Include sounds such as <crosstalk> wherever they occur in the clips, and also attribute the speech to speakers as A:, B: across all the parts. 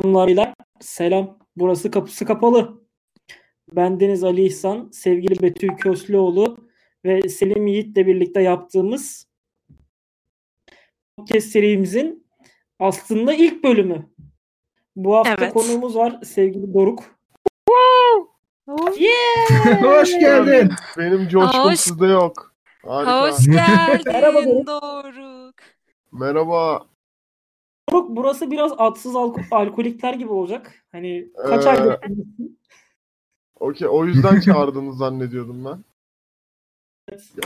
A: Hanımlar beyler selam. Burası kapısı kapalı. Ben Deniz Ali İhsan, sevgili Betül Köslüoğlu ve Selim Yiğit'le birlikte yaptığımız podcast serimizin aslında ilk bölümü. Bu hafta
B: Evet.
A: konuğumuz var sevgili Doruk.
C: Hoş geldin.
D: Benim coşkum
B: Hoş-
D: sizde yok. Harika.
B: Hoş
C: <laughs>
A: Merhaba
B: geldin
A: Doruk.
B: Doruk.
D: Merhaba.
A: Doruk burası biraz atsız alko- alkolikler gibi olacak. Hani kaç
D: Ee,
A: aydır
D: Okey o yüzden çağırdınız zannediyordum ben.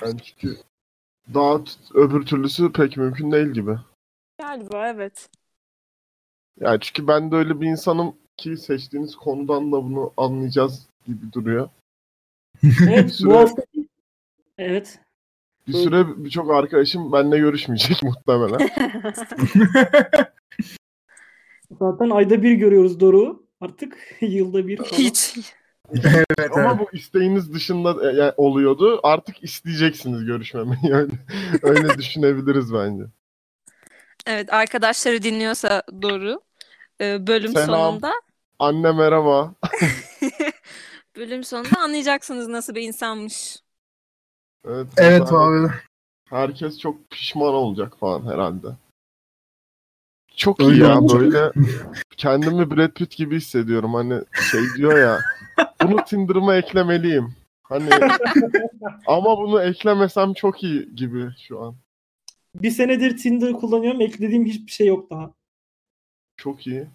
D: Yani çünkü daha t- öbür türlüsü pek mümkün değil gibi.
B: Galiba evet.
D: Yani çünkü ben de öyle bir insanım ki seçtiğiniz konudan da bunu anlayacağız gibi duruyor. <laughs>
A: Evet, bu
D: süre-
A: hafta... Evet.
D: Bir süre birçok arkadaşım benimle görüşmeyecek <laughs> muhtemelen.
A: Zaten ayda bir görüyoruz Doruk'u. Artık <laughs> yılda bir falan.
B: Hiç.
C: evet,
D: Ama bu isteğiniz dışında e, yani oluyordu. Artık isteyeceksiniz görüşmemi. <laughs> Yani öyle düşünebiliriz bence.
B: Evet arkadaşları dinliyorsa Doruk. e, Bölüm
D: Selam.
B: sonunda
D: Anne merhaba.
B: bölüm sonunda anlayacaksınız nasıl bir insanmış.
D: Evet,
C: evet
D: zaten-
C: abi.
D: Herkes çok pişman olacak falan herhalde. Çok iyi
C: Öyle
D: ya
C: olacak.
D: böyle kendimi Brad Pitt gibi hissediyorum. Hani şey diyor ya bunu Tinder'ıma eklemeliyim. Hani ama bunu eklemesem çok iyi gibi şu an.
A: Bir senedir Tinder kullanıyorum. Eklediğim hiçbir şey yok daha.
D: Çok iyi.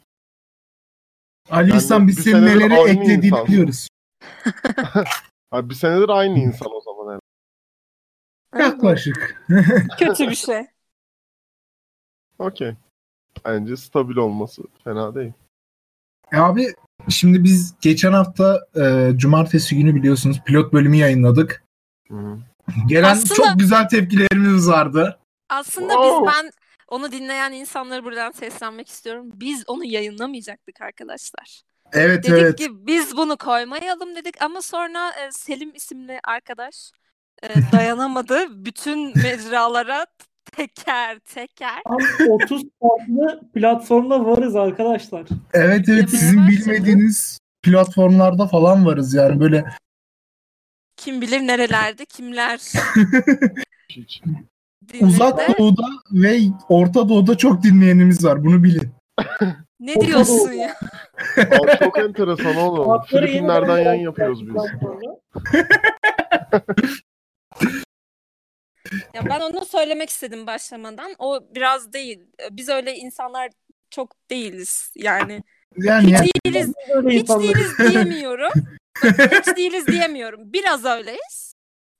C: Ali
D: Yani
C: İhsan biz
D: bir
C: senin
D: senedir
C: neleri
D: aynı
C: eklediğini
D: insan.
C: biliyoruz.
D: Ha, bir senedir aynı insan o zaman. herhalde.
C: Yaklaşık.
B: Kötü bir şey.
D: Okey. Bence stabil olması fena değil.
C: E abi şimdi biz geçen hafta e, cumartesi günü biliyorsunuz pilot bölümü yayınladık.
D: Hı.
C: Gelen
B: Aslında-
C: çok güzel tepkilerimiz vardı.
B: Aslında
D: Wow.
B: biz ben onu dinleyen insanlara buradan seslenmek istiyorum. Biz onu yayınlamayacaktık arkadaşlar.
C: Evet
B: Dedik
C: evet.
B: ki biz bunu koymayalım dedik ama sonra e, Selim isimli arkadaş e, dayanamadı. Bütün mecralara teker teker
A: Tam <laughs> 30 farklı platformda varız arkadaşlar.
C: Evet evet
B: Yemeye
C: sizin
B: başladı.
C: bilmediğiniz platformlarda falan varız yani böyle
B: kim bilir nerelerde
C: <laughs>
B: kimler
D: Hiç.
B: dinledi.
C: uzak doğuda ve orta doğuda çok dinleyenimiz var bunu bilin.
B: Ne
A: Orta
B: diyorsun
A: Doğu.
B: ya?
D: Aa, çok enteresan oğlum.
A: Hakları yeni
D: Filipinlerden
A: dönem
D: yayın yapıyoruz biz.
A: platformda.
B: Ya ben onu söylemek istedim başlamadan. O biraz değil. Biz öyle insanlar çok değiliz yani.
C: <laughs> Yani,
B: Hiç
C: yani
B: değiliz.
A: Böyle
B: Hiç
A: insanlar.
B: değiliz
C: <laughs>
B: diyemiyorum. Bakın, hiç değiliz diyemiyorum. Biraz öyleyiz.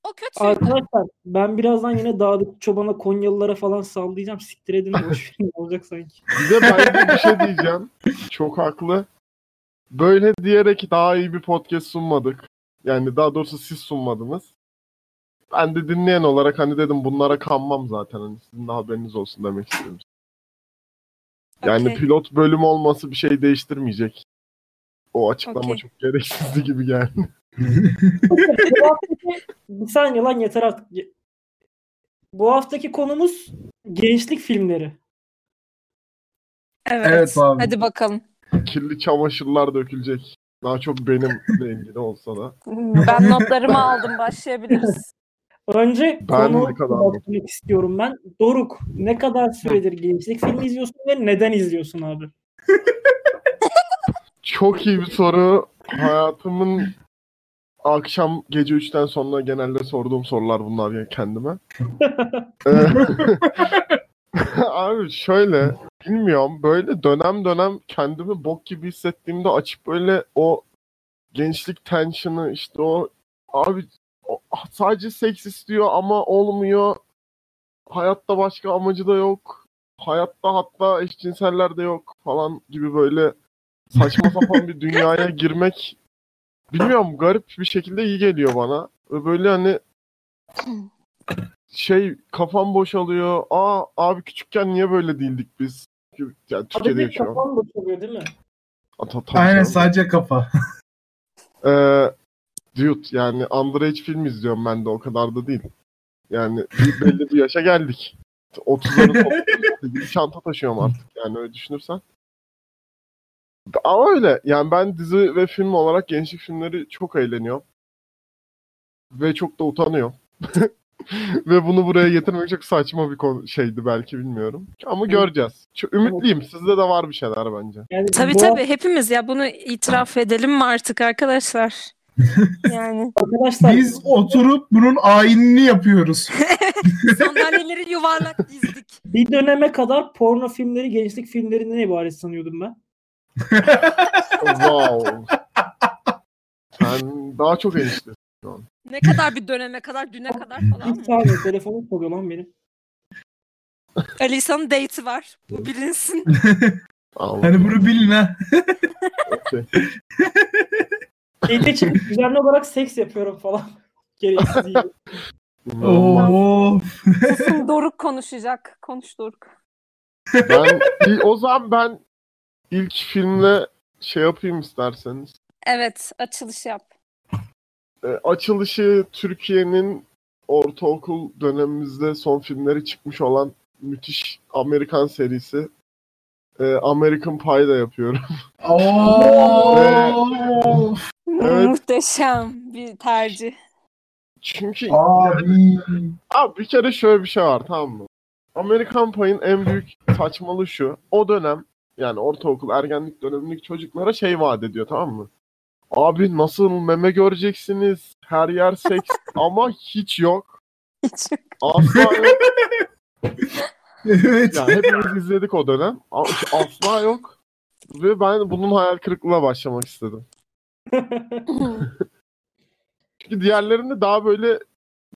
B: O kötü.
A: Arkadaşlar ben birazdan yine dağdaki çobana Konyalılara falan sallayacağım. Siktir edin
D: <laughs>
A: boş verin, olacak sanki.
D: Bir de ben bir şey diyeceğim. Çok haklı. Böyle diyerek daha iyi bir podcast sunmadık. Yani daha doğrusu siz sunmadınız. Ben de dinleyen olarak hani dedim bunlara kanmam zaten. Hani sizin de haberiniz olsun demek istedim. Yani
B: Okey.
D: pilot bölüm olması bir şey değiştirmeyecek. O açıklama
B: Okey.
D: çok gereksizdi gibi geldi.
A: Bu haftaki- bir saniye lan yeter artık. Bu haftaki konumuz gençlik filmleri.
B: Evet.
C: Evet abi.
B: Hadi bakalım.
C: <laughs>
D: Kirli çamaşırlar dökülecek. Daha çok <laughs> benimle ilgili olsa da.
B: Ben notlarımı aldım. Başlayabiliriz.
A: Önce
D: Ben
A: konu
D: ne kadar
A: bakmak istiyorum ben. Doruk ne kadar süredir gençlik filmi izliyorsun ve neden izliyorsun abi?
D: Çok iyi bir soru. Hayatımın akşam gece 3'ten sonra genelde sorduğum sorular bunlar ya kendime. Ee, <laughs> Abi şöyle bilmiyorum böyle dönem dönem kendimi bok gibi hissettiğimde açıp böyle o gençlik tension'ı işte o abi o- sadece seks istiyor ama olmuyor. Hayatta başka amacı da yok. Hayatta hatta eşcinseller de yok falan gibi böyle
A: <laughs>
D: saçma sapan bir dünyaya girmek bilmiyorum garip bir şekilde iyi geliyor bana. Ve böyle hani şey kafam boşalıyor. Aa abi küçükken niye böyle değildik biz? Çünkü- Yani
A: Abi
D: Türkiye'de
A: bir
D: yaşıyorum.
A: kafam boşalıyor değil mi?
D: Ata- tabii
C: Aynen
D: canım.
C: sadece kafa.
D: Ee, dude yani underage film izliyorum ben de o kadar da değil. Yani bir- belli bir yaşa geldik. 30'ların 30'ları gibi çanta taşıyorum artık yani öyle düşünürsen. Ama öyle. Yani ben dizi ve film olarak gençlik filmleri çok eğleniyorum. Ve çok da utanıyorum. <laughs> ve bunu buraya getirmek çok saçma bir konu şeydi belki bilmiyorum. Ama göreceğiz. Çok ümitliyim. Sizde de var bir şeyler bence.
A: Yani
B: Tabii
A: bu
B: tabii hepimiz ya bunu itiraf edelim mi artık
C: <laughs>
B: arkadaşlar? Yani
A: Arkadaşlar
C: Biz oturup bunun ayinini yapıyoruz.
B: sandalyeleri yuvarlak dizdik.
A: bir döneme kadar porno filmleri gençlik filmlerinden ibaret sanıyordum ben.
D: wow. Sen daha çok enişte.
B: Ne kadar bir döneme kadar düne kadar falan
A: Bir
B: mı?
A: saniye telefonum çalıyor lan benim.
B: <laughs> Alisa'nın date'i var. Bu bilinsin.
D: Allah.
C: hani bunu bilin ha.
A: Şeyde için düzenli olarak seks yapıyorum falan. <laughs> Gereksiz iyi.
D: İnanılmaz.
C: Oo.
B: Susun Doruk konuşacak. Konuş Doruk.
D: ben, İl- o zaman ben ilk filmle şey yapayım isterseniz.
B: Evet açılış yap.
D: E, açılışı Türkiye'nin ortaokul dönemimizde son filmleri çıkmış olan müthiş Amerikan serisi e, American Pie'da yapıyorum. <laughs>
C: Oo.
D: Evet.
B: Muhteşem bir tercih. <laughs>
D: Çünkü
C: Abi.
D: abi bir kere şöyle bir şey var tamam mı? American Pie'in en büyük saçmalığı şu. O dönem yani ortaokul ergenlik dönemindeki çocuklara şey vaat ediyor tamam mı? Abi nasıl meme göreceksiniz? Her yer seks ama hiç yok.
B: Hiç yok.
D: Asla yok.
C: Evet.
D: Yani hepimiz izledik o dönem. A- Asla yok. Ve ben bunun hayal kırıklığına başlamak istedim. Çünkü diğerlerini daha böyle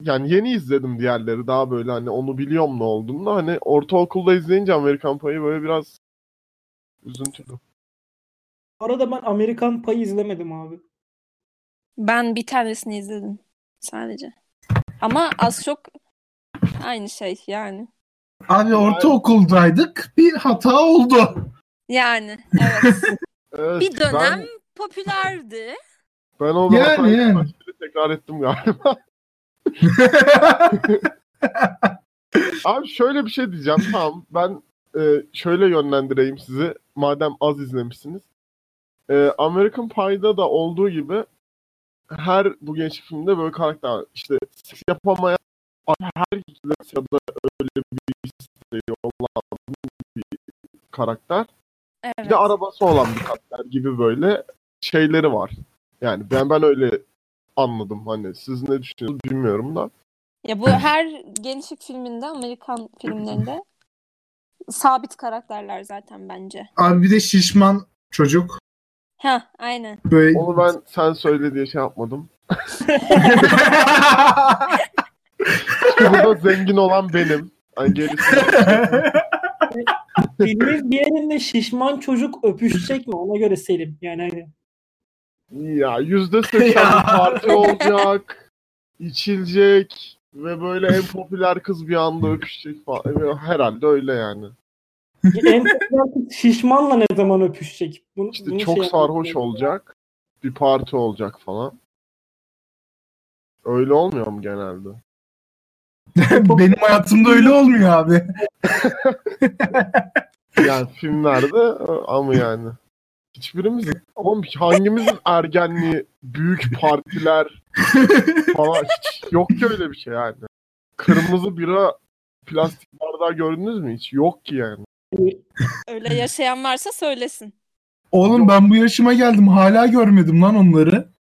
D: yani yeni izledim diğerleri daha böyle hani onu biliyorum ne olduğunu da hani ortaokulda izleyince Amerikan Payı böyle biraz üzüntülü.
A: Bu arada ben Amerikan Payı izlemedim abi.
B: <laughs> ben bir tanesini izledim sadece. Ama az çok aynı şey yani.
C: Abi ortaokuldaydık. Bir hata oldu. <laughs>
B: Yani evet. <laughs>
D: Evet,
B: bir dönem
D: Ben,
B: popülerdi.
D: ben o
C: Yani,
D: yani,
C: yani.
D: tekrar ettim galiba. Abi şöyle bir şey diyeceğim. Tamam ben e, şöyle yönlendireyim sizi. Madem az izlemişsiniz. E, American Pie'da da olduğu gibi her bu genç filmde böyle karakter var. işte seks yapamayan her ikilisi ya da öyle bir isteği olan bir karakter. Bir
B: Evet.
D: de arabası olan bir karakter gibi böyle şeyleri var. Yani ben ben öyle anladım hani siz ne düşünüyorsunuz bilmiyorum da.
B: Ya bu her gençlik filminde, Amerikan filmlerinde sabit karakterler zaten bence.
C: Abi bir de şişman çocuk.
B: Ha, aynen.
C: Böyle
D: Onu ben sen söyle diye şey yapmadım. Burada zengin olan benim. Hani gerisi
A: Filmin bir yerinde şişman çocuk öpüşecek mi? Ona göre Selim. Yani hani.
D: ya yüzde seksen
C: Ya.
D: bir parti olacak. içilecek ve böyle en popüler kız bir anda öpüşecek falan. Yani Herhalde öyle yani.
A: en popüler kız <laughs> şişmanla ne zaman öpüşecek? Bunu,
D: İşte
A: bunu
D: çok
A: şey yapmak
D: sarhoş
A: lazım.
D: olacak. Bir parti olacak falan. Öyle olmuyor mu genelde?
C: <laughs> Benim hayatımda öyle olmuyor abi.
D: Yani filmlerde e, ama yani. Hiçbirimiz oğlum hangimizin ergenliği büyük partiler falan hiç yok ki öyle bir şey yani. Kırmızı bira plastik bardağı gördünüz mü hiç? Yok ki yani. <clears throat>
B: Öyle yaşayan varsa söylesin.
C: Oğlum ben bu yaşıma geldim hala görmedim lan onları. <laughs>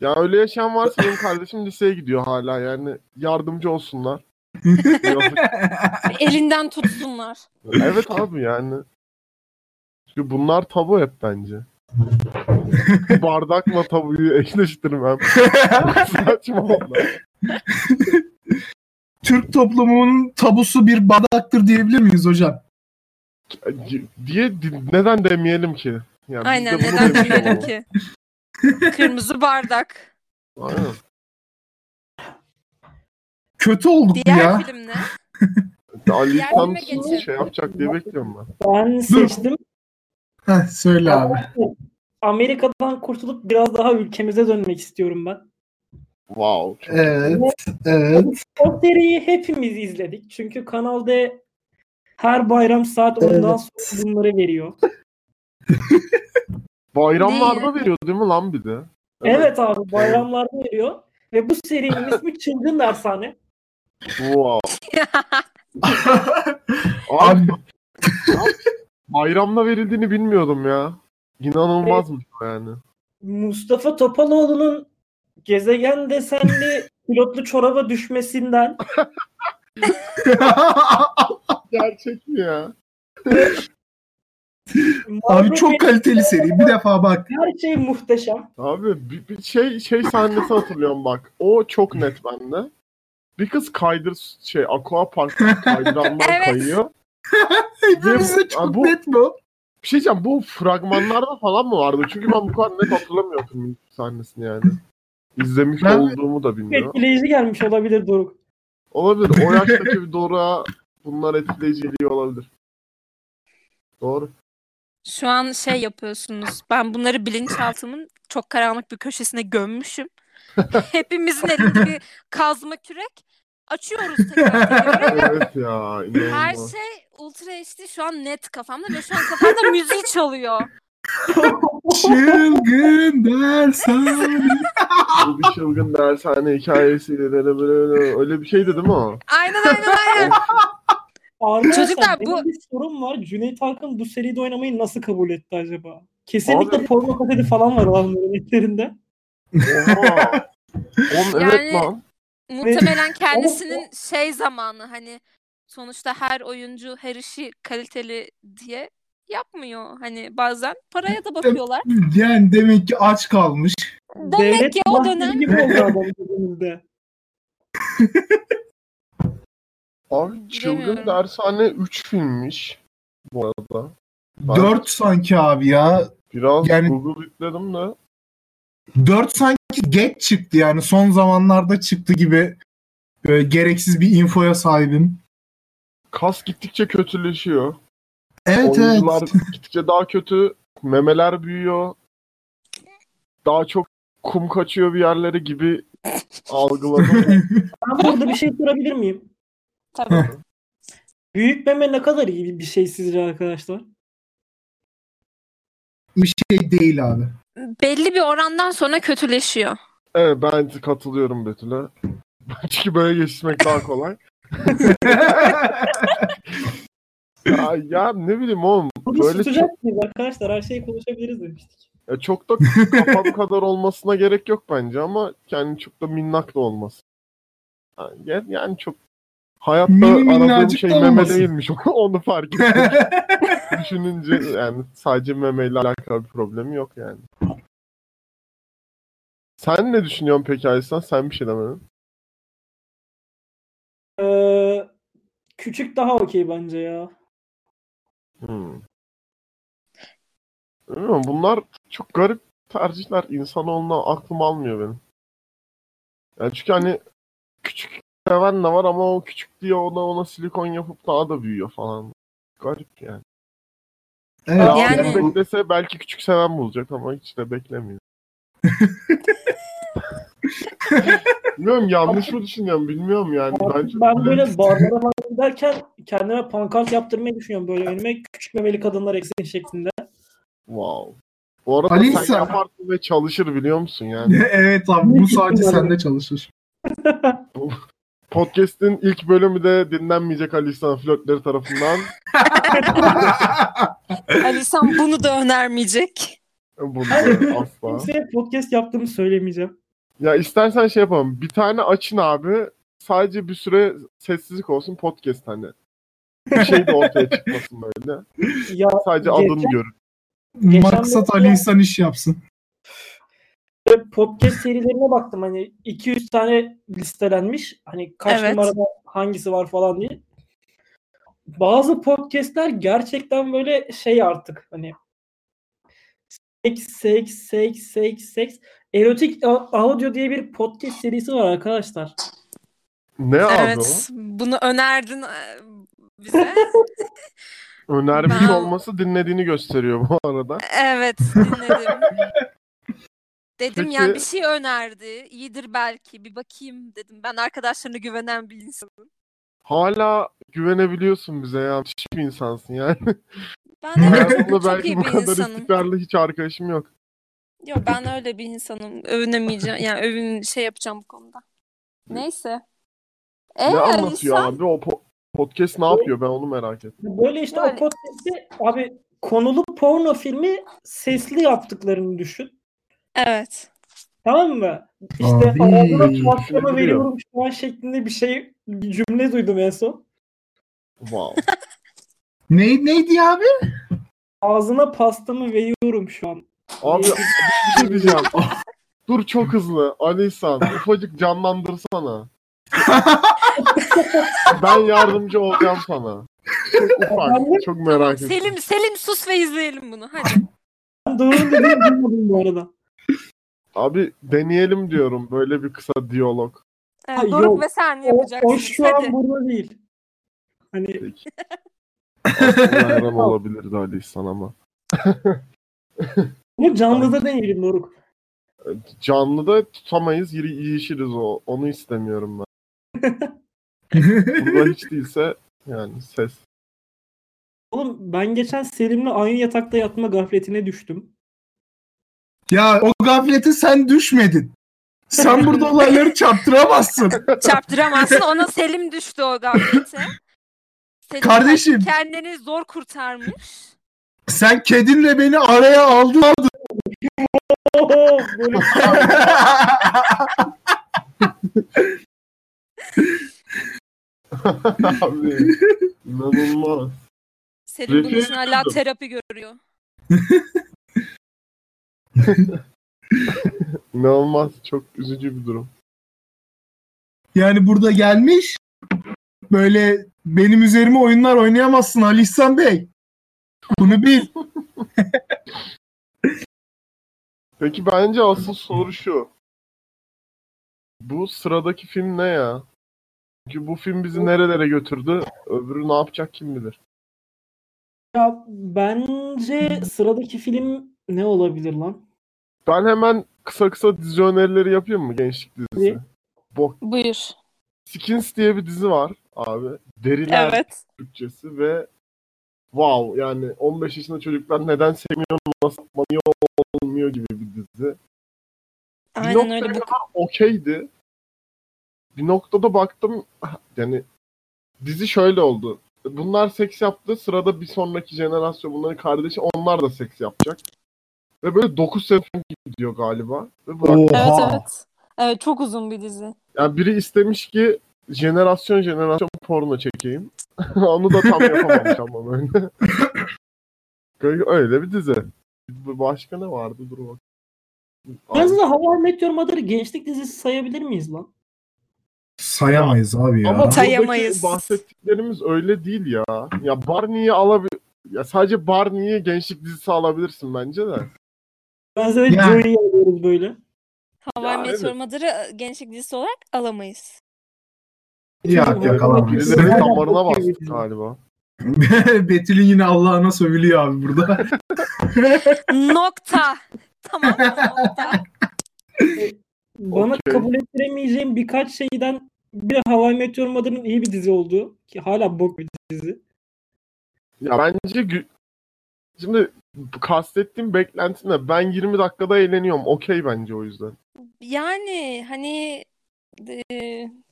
D: Ya öyle yaşayan varsa benim kardeşim liseye gidiyor hala yani yardımcı olsunlar. Yazık.
B: Elinden tutsunlar.
D: evet abi yani. Çünkü bunlar tabu hep bence. Bardakla tabuyu eşleştirmem. <laughs> Saçma oldu.
C: Türk toplumunun tabusu bir bardaktır diyebilir miyiz hocam?
D: diye di- neden demeyelim ki? Yani
B: Aynen,
D: biz de bunu
B: neden
D: demiş
B: demeyelim
D: olalım. <laughs>
B: ki? Kırmızı bardak.
D: Aynen.
C: Kötü olduk
B: Diğer
C: ya.
B: film ne?
D: Ali
B: Diğer
D: tam
B: filme geçelim.
D: şey yapacak diye bekliyorum ben.
A: Ben seçtim.
C: Heh, söyle abi.
A: Amerika'dan kurtulup biraz daha ülkemize dönmek istiyorum ben.
D: Wow. çok-
C: Evet, evet.
A: O seriyi hepimiz izledik. Çünkü Kanal D her bayram saat 10'dan sonra bunları veriyor.
D: Bayramlarda veriyor değil mi lan bir de?
A: Evet abi bayramlarda veriyor. Ve bu serinin ismi Çılgın Dershane.
D: Wow.
C: Abi
D: Abi, <laughs> bayramda verildiğini bilmiyordum ya. İnanılmazmış bu yani.
A: Mustafa Topaloğlu'nun gezegen desenli pilotlu çoraba düşmesinden
D: Gerçek mi ya?
C: abi çok kaliteli seri. Bir defa bak.
A: her şey muhteşem.
D: Abi bir, bir şey şey sahnesi hatırlıyorum bak. O çok net bende. Bir kız kaydır şey
B: <laughs>
D: aqua parkta kaydırandan
B: Evet.
D: kayıyor.
C: Hepsi çok
D: bu-
C: net bu.
D: Bir şey diyeceğim bu fragmanlarda falan mı vardı? Çünkü ben bu kadar net hatırlamıyorum filmin sahnesini yani. İzlemiş
C: Ben-
D: olduğumu da
A: Çok
D: bilmiyorum.
A: Etkileyici gelmiş olabilir Doruk.
D: Olabilir. O yaştaki bir Dora bunlar etkileyici geliyor olabilir. Doğru.
B: Şu an şey yapıyorsunuz. Ben bunları bilinçaltımın çok karanlık bir köşesine
D: <laughs>
B: gömmüşüm. Hepimizin elinde bir kazma kürek. Açıyoruz tekrar
D: <laughs>
B: tekrar.
D: Evet ya.
B: Her
D: inanılmaz.
B: şey ultra HD şu an net kafamda ve şu an kafamda müziği çalıyor.
C: Çılgın dersen.
D: Bu bir çılgın dershane hikayesiyle böyle böyle böyle. öyle bir şeydi değil mi o?
B: Aynen aynen aynen.
A: Arkadaşlar
B: Çocuklar
A: benim
B: bu-
A: bir sorum var. Cüneyt Arkın bu seride oynamayı nasıl kabul etti acaba? Kesinlikle
D: Abi-
A: porno kaseti falan var onların etlerinde.
D: Oha. Oğlum evet
B: Yani-
D: lan.
B: Muhtemelen kendisinin şey zamanı hani sonuçta her oyuncu her işi kaliteli diye yapmıyor. Hani bazen paraya da bakıyorlar.
C: Yani demek ki aç kalmış.
B: Demek ki o
A: mahkeme
B: dönem-
A: gibi oldu adam dediğimizde.
D: Abi çılgın
B: Bilemiyorum.
D: dershane 3 filmmiş. Bu arada. Ben
C: 4 sanki abi ya.
D: Biraz
C: Yani-
D: Google yükledim de.
C: 4 sanki geç çıktı yani son zamanlarda çıktı gibi Böyle gereksiz bir infoya sahibim.
D: Kas gittikçe kötüleşiyor.
C: Evet
D: Oyuncular
C: evet.
D: gittikçe daha kötü. Memeler büyüyor. Daha çok kum kaçıyor bir yerlere gibi
C: <laughs>
D: algıladım.
A: Ben burada bir şey sorabilir miyim?
B: Tabii.
A: Büyük meme ne kadar iyi bir şey sizce arkadaşlar?
C: <laughs> bir şey değil
D: <laughs>
C: abi.
B: Belli bir orandan sonra kötüleşiyor.
D: evet ben katılıyorum Betül'e. Çünkü böyle geçmek daha kolay. Ya, ya ne bileyim oğlum.
A: Bunu
D: Böyle şey-
A: tutacak mıyız arkadaşlar? Her şeyi konuşabiliriz demiştik.
D: Ya çok da kafa bu kadar olmasına gerek yok bence ama yani çok da minnak da olmaz. Yani, ya- yani çok hayatta
C: Minim
D: aradığım
C: minnacık
D: şey
C: da
D: meme
C: olmasın.
D: değilmiş. <laughs> Onu fark ettim. Düşününce yani sadece memeyle alakalı bir problemi yok yani. Sen ne düşünüyorsun peki Aysan? Sen bir şey demedin.
A: Ee, küçük daha okey bence ya.
D: Hmm. Bilmiyorum, bunlar çok garip tercihler. İnsanoğluna aklım almıyor benim. Yani çünkü hani küçük seven de var ama o küçük diye ona ona silikon yapıp daha da büyüyor falan. Garip yani.
C: evet,
D: yani,
B: yani-
C: bu-
D: beklese belki küçük seven bulacak ama hiç
B: <laughs>
D: de beklemiyor. bilmiyorum yanlış mı düşünüyorum bilmiyorum yani. Bence
A: ben böyle barlara falan giderken kendime pankart yaptırmayı düşünüyorum. Böyle önüme küçük memeli kadınlar eksen şeklinde.
D: Wow. Bu arada
C: Ali
D: sen
C: İhsan-
D: yaparsın ve çalışır biliyor musun yani.
C: <laughs> evet abi bu sadece sende çalışır.
D: Podcast'in ilk bölümü de dinlenmeyecek Ali İhsan flörtleri tarafından.
B: Ali Hani sen bunu da önermeyecek.
D: Bunu
A: Hayır.
D: asla.
A: Kimseye podcast yaptığımı söylemeyeceğim.
D: Ya istersen şey yapalım. Bir tane açın abi. Sadece bir süre sessizlik olsun podcast hani. Bir şey de ortaya çıkmasın böyle.
A: Ya
D: Sadece
A: Geçen-
D: adını görün.
C: Maksat Ali İhsan iş yapsın.
A: böyle podcast serilerine baktım hani 200 tane listelenmiş. Hani kaç
B: Evet.
A: numarada hangisi var falan diye. Bazı podcastler gerçekten böyle şey artık hani seks seks seks seks seks erotik a- audio diye bir podcast serisi var arkadaşlar.
D: Ne abi
B: Evet. Bunu önerdin e, bize.
D: o? Önermiş
B: Ben-
D: olması dinlediğini gösteriyor bu arada.
B: Evet dinledim. Dedim
D: Peki.
B: yani bir şey önerdi. İyidir belki bir bakayım dedim. Ben arkadaşlarına güvenen bir insanım. <laughs>
D: Hala güvenebiliyorsun bize ya. Müthiş bir insansın yani.
B: Ben evet,
D: Hayatımda
B: çok
D: belki
B: iyi
D: bu
B: bir
D: kadar
B: insanım.
D: istikrarlı hiç arkadaşım yok.
B: Yok ben öyle bir insanım. Övünemeyeceğim. Yani övün şey yapacağım bu konuda. Neyse. Ee,
D: ne anlatıyor
B: insan-
D: abi? O po- podcast ne yapıyor? Ben onu merak ettim.
A: Böyle işte
B: Yani-
A: o podcast'i abi konulu porno filmi sesli yaptıklarını düşün.
B: Evet.
A: Tamam mı? İşte
C: Abi.
A: ağzına kulaklarımı
D: Biliyorum.
A: veriyorum şu an şeklinde bir şey bir cümle duydum en son.
D: Wow.
C: Ne, neydi ya abi?
A: Ağzına pastamı veriyorum şu an.
D: Abi bir
B: <laughs>
D: şey diyeceğim. Dur çok hızlı. Alisan
B: <laughs>
D: ufacık canlandırsana. ben yardımcı olacağım sana. Çok ufak. Çok merak ettim.
B: Selim Selim sus ve izleyelim bunu. Hadi.
A: Ben doğru dediğimi duymadım bu arada.
D: Abi deneyelim diyorum böyle bir kısa diyalog.
B: Evet,
A: <laughs> Ay,
B: Ee, Doruk
A: yok.
B: ve sen
A: O,
B: yapacaksın.
A: o şu
B: Hadi.
A: an burada değil. Hani
D: Bayram olabilirdi Alisan ama.
A: bunu canlıda deneyelim Doruk.
D: Canlıda tutamayız, yeri yiyişiriz o. Onu istemiyorum ben. Burada hiç değilse yani ses. <laughs>
A: Oğlum ben geçen Selim'le aynı yatakta yatma gafletine düştüm.
C: <laughs> ya o gaflete sen düşmedin. Sen burada olayları çarptıramazsın.
B: Çarptıramazsın. Ona Selim düştü o gaflete.
A: <laughs>
B: Selim
C: Kardeşim.
B: kendini zor kurtarmış.
C: Sen kedinle beni araya aldın. <laughs>
A: Oho, böyle şey
D: Abi inanılmaz.
B: Selim bunun
D: Refleks
B: için hala
D: buldum.
B: terapi görüyor.
D: İnanılmaz. Çok üzücü bir durum.
C: Yani burada gelmiş. Böyle benim üzerime oyunlar oynayamazsın Ali İhsan Bey. Bunu bil.
D: Peki bence asıl soru şu. Bu sıradaki film ne ya? Çünkü bu film bizi nerelere götürdü? Öbürü ne yapacak kim bilir.
A: ya bence sıradaki film ne olabilir lan?
D: Ben hemen kısa kısa dizi önerileri yapayım mı gençlik dizisi?
A: Ne?
D: Bok.
B: Buyur.
D: Skins diye bir dizi var abi. Deriler
B: Evet.
D: Türkçesi ve wow yani 15 yaşında çocuklar neden sevmiyor nasıl yapmalı, niye olmuyor gibi bir dizi.
B: Aynen
D: Yok
B: öyle. Bu...
D: okeydi. Bir noktada baktım yani dizi şöyle oldu. Bunlar seks yaptı. Sırada bir sonraki jenerasyon bunların kardeşi onlar da seks yapacak. Ve böyle 9 sene gidiyor galiba. Ve bırak-
B: Evet
C: Oha.
B: evet. Evet çok uzun bir dizi.
D: yani biri istemiş ki jenerasyon jenerasyon porno çekeyim. <laughs> Onu da tam yapamamış ama ben. <laughs> Böyle- Öyle bir dizi. Başka ne vardı? Dur bak.
A: Biraz da Hava Meteor Mother'ı gençlik dizisi sayabilir miyiz lan?
C: Sayamayız abi ya.
D: Ama buradaki
B: Sayamayız.
D: bahsettiklerimiz öyle değil ya. Ya Barney'i alabilir. Ya sadece Barney'i gençlik dizisi alabilirsin bence de.
A: Benzer
C: Ya.
A: Joey'yi alıyoruz böyle.
B: Hawaii
D: Ya,
B: Meteor
D: evet.
B: Mother'ı gençlik dizisi olarak alamayız.
C: Ya yakalamayız. <laughs>
D: Birileri
A: Güzel.
D: damarına bastı galiba.
C: Betül'ün yine Allah'ına sövülüyor abi burada.
B: Nokta. Tamam mı? nokta.
A: Bana
D: Okey.
A: kabul ettiremeyeceğim birkaç şeyden bir Hava Meteor Mother'ın iyi bir dizi olduğu ki hala bok bir dizi.
D: Ya bence gü- Şimdi bu kastettiğim beklenti ne? Ben 20 dakikada eğleniyorum. Okey bence o yüzden.
B: Yani hani e,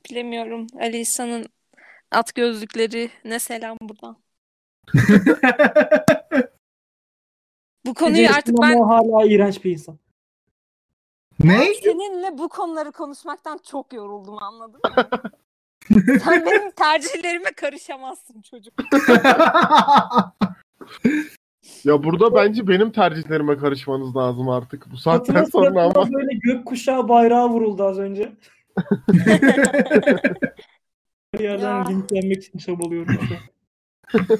B: bilemiyorum. Ali İhsan'ın at gözlükleri ne selam buradan. Bu konuyu
A: Bence
B: artık
A: Sinan
B: ben
A: Oğan hala iğrenç bir insan.
C: ne?
B: seninle bu konuları konuşmaktan çok yoruldum anladın mı? Sen benim tercihlerime karışamazsın çocuk.
D: Ya burada bence benim tercihlerime karışmanız lazım artık. Bu saatten
A: Hatırla
D: sonra ama.
A: sırasında böyle gökkuşağı bayrağı vuruldu az önce.
D: <laughs>
A: Bir
B: Ya.
A: yerden linklenmek için çabalıyorum. şu an.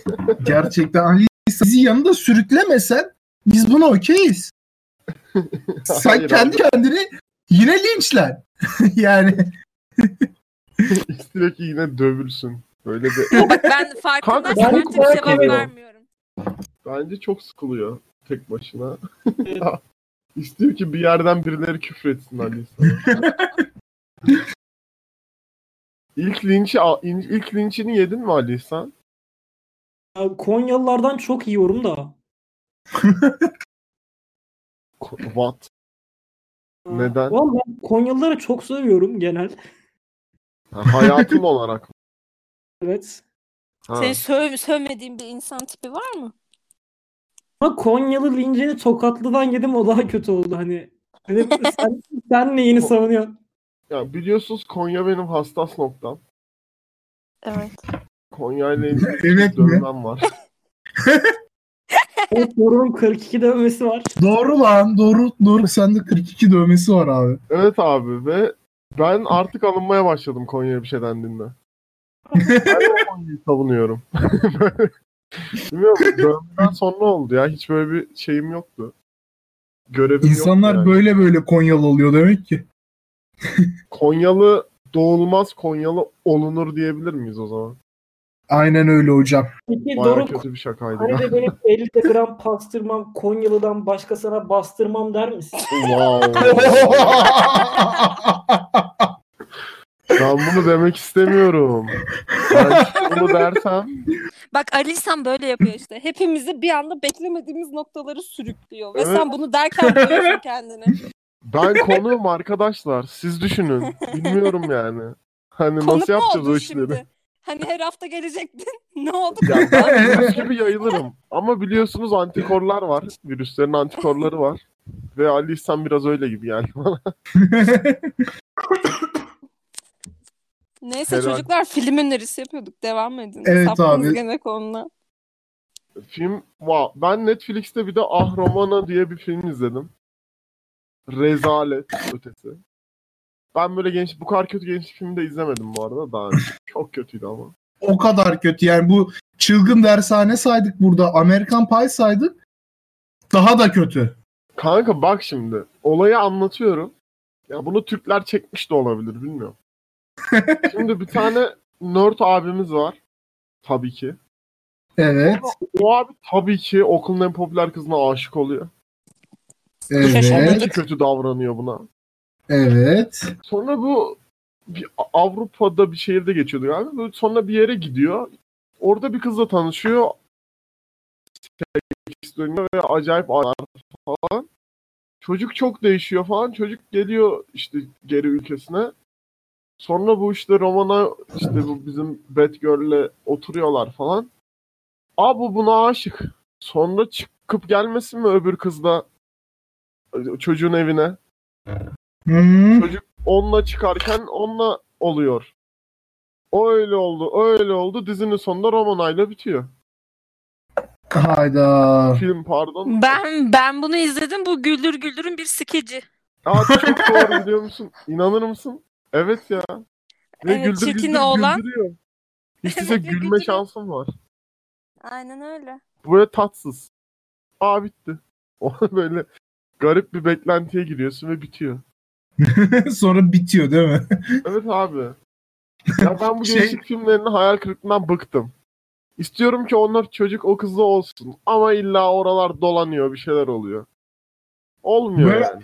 C: <laughs> Gerçekten Ali İhsan bizi yanında sürüklemesen biz buna okeyiz. <laughs> Sen
D: Hayır <laughs>
C: kendi kendini yine linçler. <laughs> yani
D: abi. İstilaki yine dövülsün. Böyle de.
B: Bak ben farkından
D: ben
B: sana
A: bu
B: cevap
A: kadar kalıyorum.
B: vermiyorum.
D: Bence çok sıkılıyor tek başına.
A: Evet.
D: <laughs> İstiyor ki bir yerden birileri küfür etsin Ali <laughs> İhsan'a. İlk linçi al- in- ilk linçini yedin mi Ali İhsan?
A: Ya Konyalılardan çok yiyorum da.
D: What? Neden?
A: Vallahi ben Konyalıları çok seviyorum genel.
C: <laughs>
D: Ha, hayatım olarak mı?
A: Evet.
D: Ha.
B: Senin söv sövmediğin bir insan tipi var mı?
A: Ama Konyalı lincini Tokatlı'dan yedim o daha kötü oldu hani.
D: <laughs>
A: Dedim, sen, sen neyini savunuyorsun?
D: Ya biliyorsunuz Konya benim hassas noktam.
B: Evet.
D: Konya ile ilgili
C: Evet mi?
D: dövmem var.
A: O sorunun 42 dövmesi var.
C: Doğru lan. Doğru. Doğru. Sende 42 dövmesi var abi.
D: Evet abi ve ben artık alınmaya başladım Konya'ya bir şey dendiğinde. ben de Konya'yı savunuyorum. <laughs> Bilmiyorum dövmeden sonra oldu ya. Hiç böyle bir şeyim yoktu. Görevim
C: İnsanlar
D: yoktu yani.
C: böyle böyle Konyalı oluyor demek ki.
D: Konyalı doğulmaz Konyalı olunur diyebilir miyiz o zaman?
C: Aynen öyle hocam.
A: Peki
D: Bayağı
A: Doruk
D: kötü bir şakaydı.
A: hani de
D: <laughs>
A: benim 50 gram pastırmam Konyalı'dan başkasına bastırmam der misin?
D: wow. ben bunu demek istemiyorum. Ben bunu dersem
B: Bak Ali sen böyle yapıyor işte. Hepimizi bir anda beklemediğimiz noktaları sürüklüyor. Ve
D: Evet.
B: sen bunu derken buluyorsun
D: <laughs>
B: kendini.
D: ben konuğum arkadaşlar. Siz düşünün. Bilmiyorum yani. Hani
B: Konuk
D: nasıl
B: mu
D: yapacağız o
B: oldun
D: işleri?
B: şimdi? Hani her hafta gelecektin. <laughs> ne oldu?
D: Ya ben virüs gibi yayılırım. Ama biliyorsunuz antikorlar var. Virüslerin antikorları var. Ve Ali İhsan biraz öyle gibi yani.
B: <laughs>
D: <laughs>
B: Neyse
D: Helal.
B: çocuklar film önerisi yapıyorduk. Devam edin.
C: Evet
B: Saptınız
C: abi.
B: gene konuna.
D: film wow. Ben Netflix'te bir de Ah Romana diye bir film izledim. Rezalet ötesi. Ben böyle genç bu kadar kötü gençlik filmi de izlemedim bu arada daha önce. Çok kötüydü ama.
C: o kadar kötü. Yani bu çılgın dershane saydık burada. Amerikan Pie saydık. Daha da kötü.
D: Kanka bak şimdi olayı anlatıyorum. Ya bunu Türkler çekmiş de olabilir bilmiyorum. şimdi bir tane nerd abimiz var. Tabii ki.
C: Evet.
D: O abi tabii ki okulun en popüler kızına aşık oluyor.
C: Evet.
B: Şaşırmadık.
D: Kötü kötü davranıyor buna.
C: Evet.
D: Sonra bu bir Avrupa'da bir şehirde geçiyordu galiba. Böyle Sonra bir yere gidiyor. Orada bir kızla tanışıyor. Seks dönüyor ve acayip anlar falan. Çocuk çok değişiyor falan. Çocuk geliyor işte geri ülkesine. Sonra bu işte Romana işte bu bizim Batgirl'le oturuyorlar falan. Aa bu buna aşık. Sonra çıkıp gelmesin mi öbür kızla çocuğun evine?
C: Hmm.
D: onunla çıkarken onunla oluyor. O öyle oldu, o öyle oldu. Dizinin sonunda Romana'yla bitiyor.
C: Hayda. <laughs>
D: Film pardon.
B: Ben ben bunu izledim. Bu Güldür Güldür'ün bir skeci.
D: Aa, çok doğru biliyor musun? İnanır mısın? Evet ya. Ve
B: Evet,
D: güldür
B: çirkin
D: güldür
B: oğlan.
D: güldürüyor. Hiç
B: Evet,
D: ise
B: ve
D: gülme
B: güldürüyor.
D: şansım var.
B: Aynen öyle.
D: Böyle tatsız. Aa bitti. <laughs> O böyle garip bir beklentiye giriyorsun ve bitiyor.
C: Sonra bitiyor değil mi?
D: Evet abi.
C: <laughs>
D: Ya ben bu
C: Şey-
D: gençlik filmlerinin hayal kırıklığından bıktım. İstiyorum ki onlar çocuk o kızla olsun. Ama illa oralar dolanıyor bir şeyler oluyor. Olmuyor
C: Böyle- <laughs>
D: yani.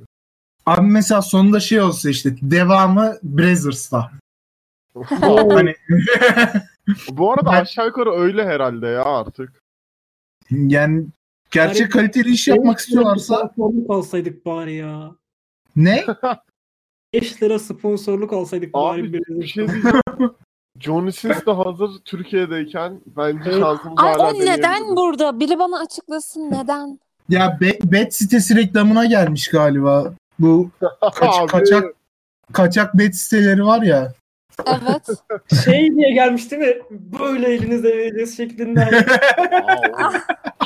C: Abi mesela sonunda şey olsa işte devamı Brazzers'ta. Hani
D: bu arada
C: Ben-
D: aşağı yukarı öyle herhalde ya artık.
C: yani gerçek kaliteli iş yapmak istiyorlarsa
A: Sponsorluk alsaydık bari ya.
C: ne?
A: 5 lira sponsorluk alsaydık bari
D: Abi
A: biraz.
D: bir
C: <laughs>
D: şey diyeceğim. Johnny Sins de hazır Türkiye'deyken bence
A: Evet.
D: şansımız
B: Ay
D: hala
B: o neden
D: deneyebiliriz.
B: burada? Biri bana açıklasın neden?
C: Ya bet, bet sitesi reklamına gelmiş galiba. Bu kaç-
D: Abi,
C: kaçak kaçak bet siteleri var ya.
B: Evet.
A: Şey diye gelmiş değil mi? Böyle elinize vereceğiz
D: <laughs>
A: şeklinde. hani.
D: Wow.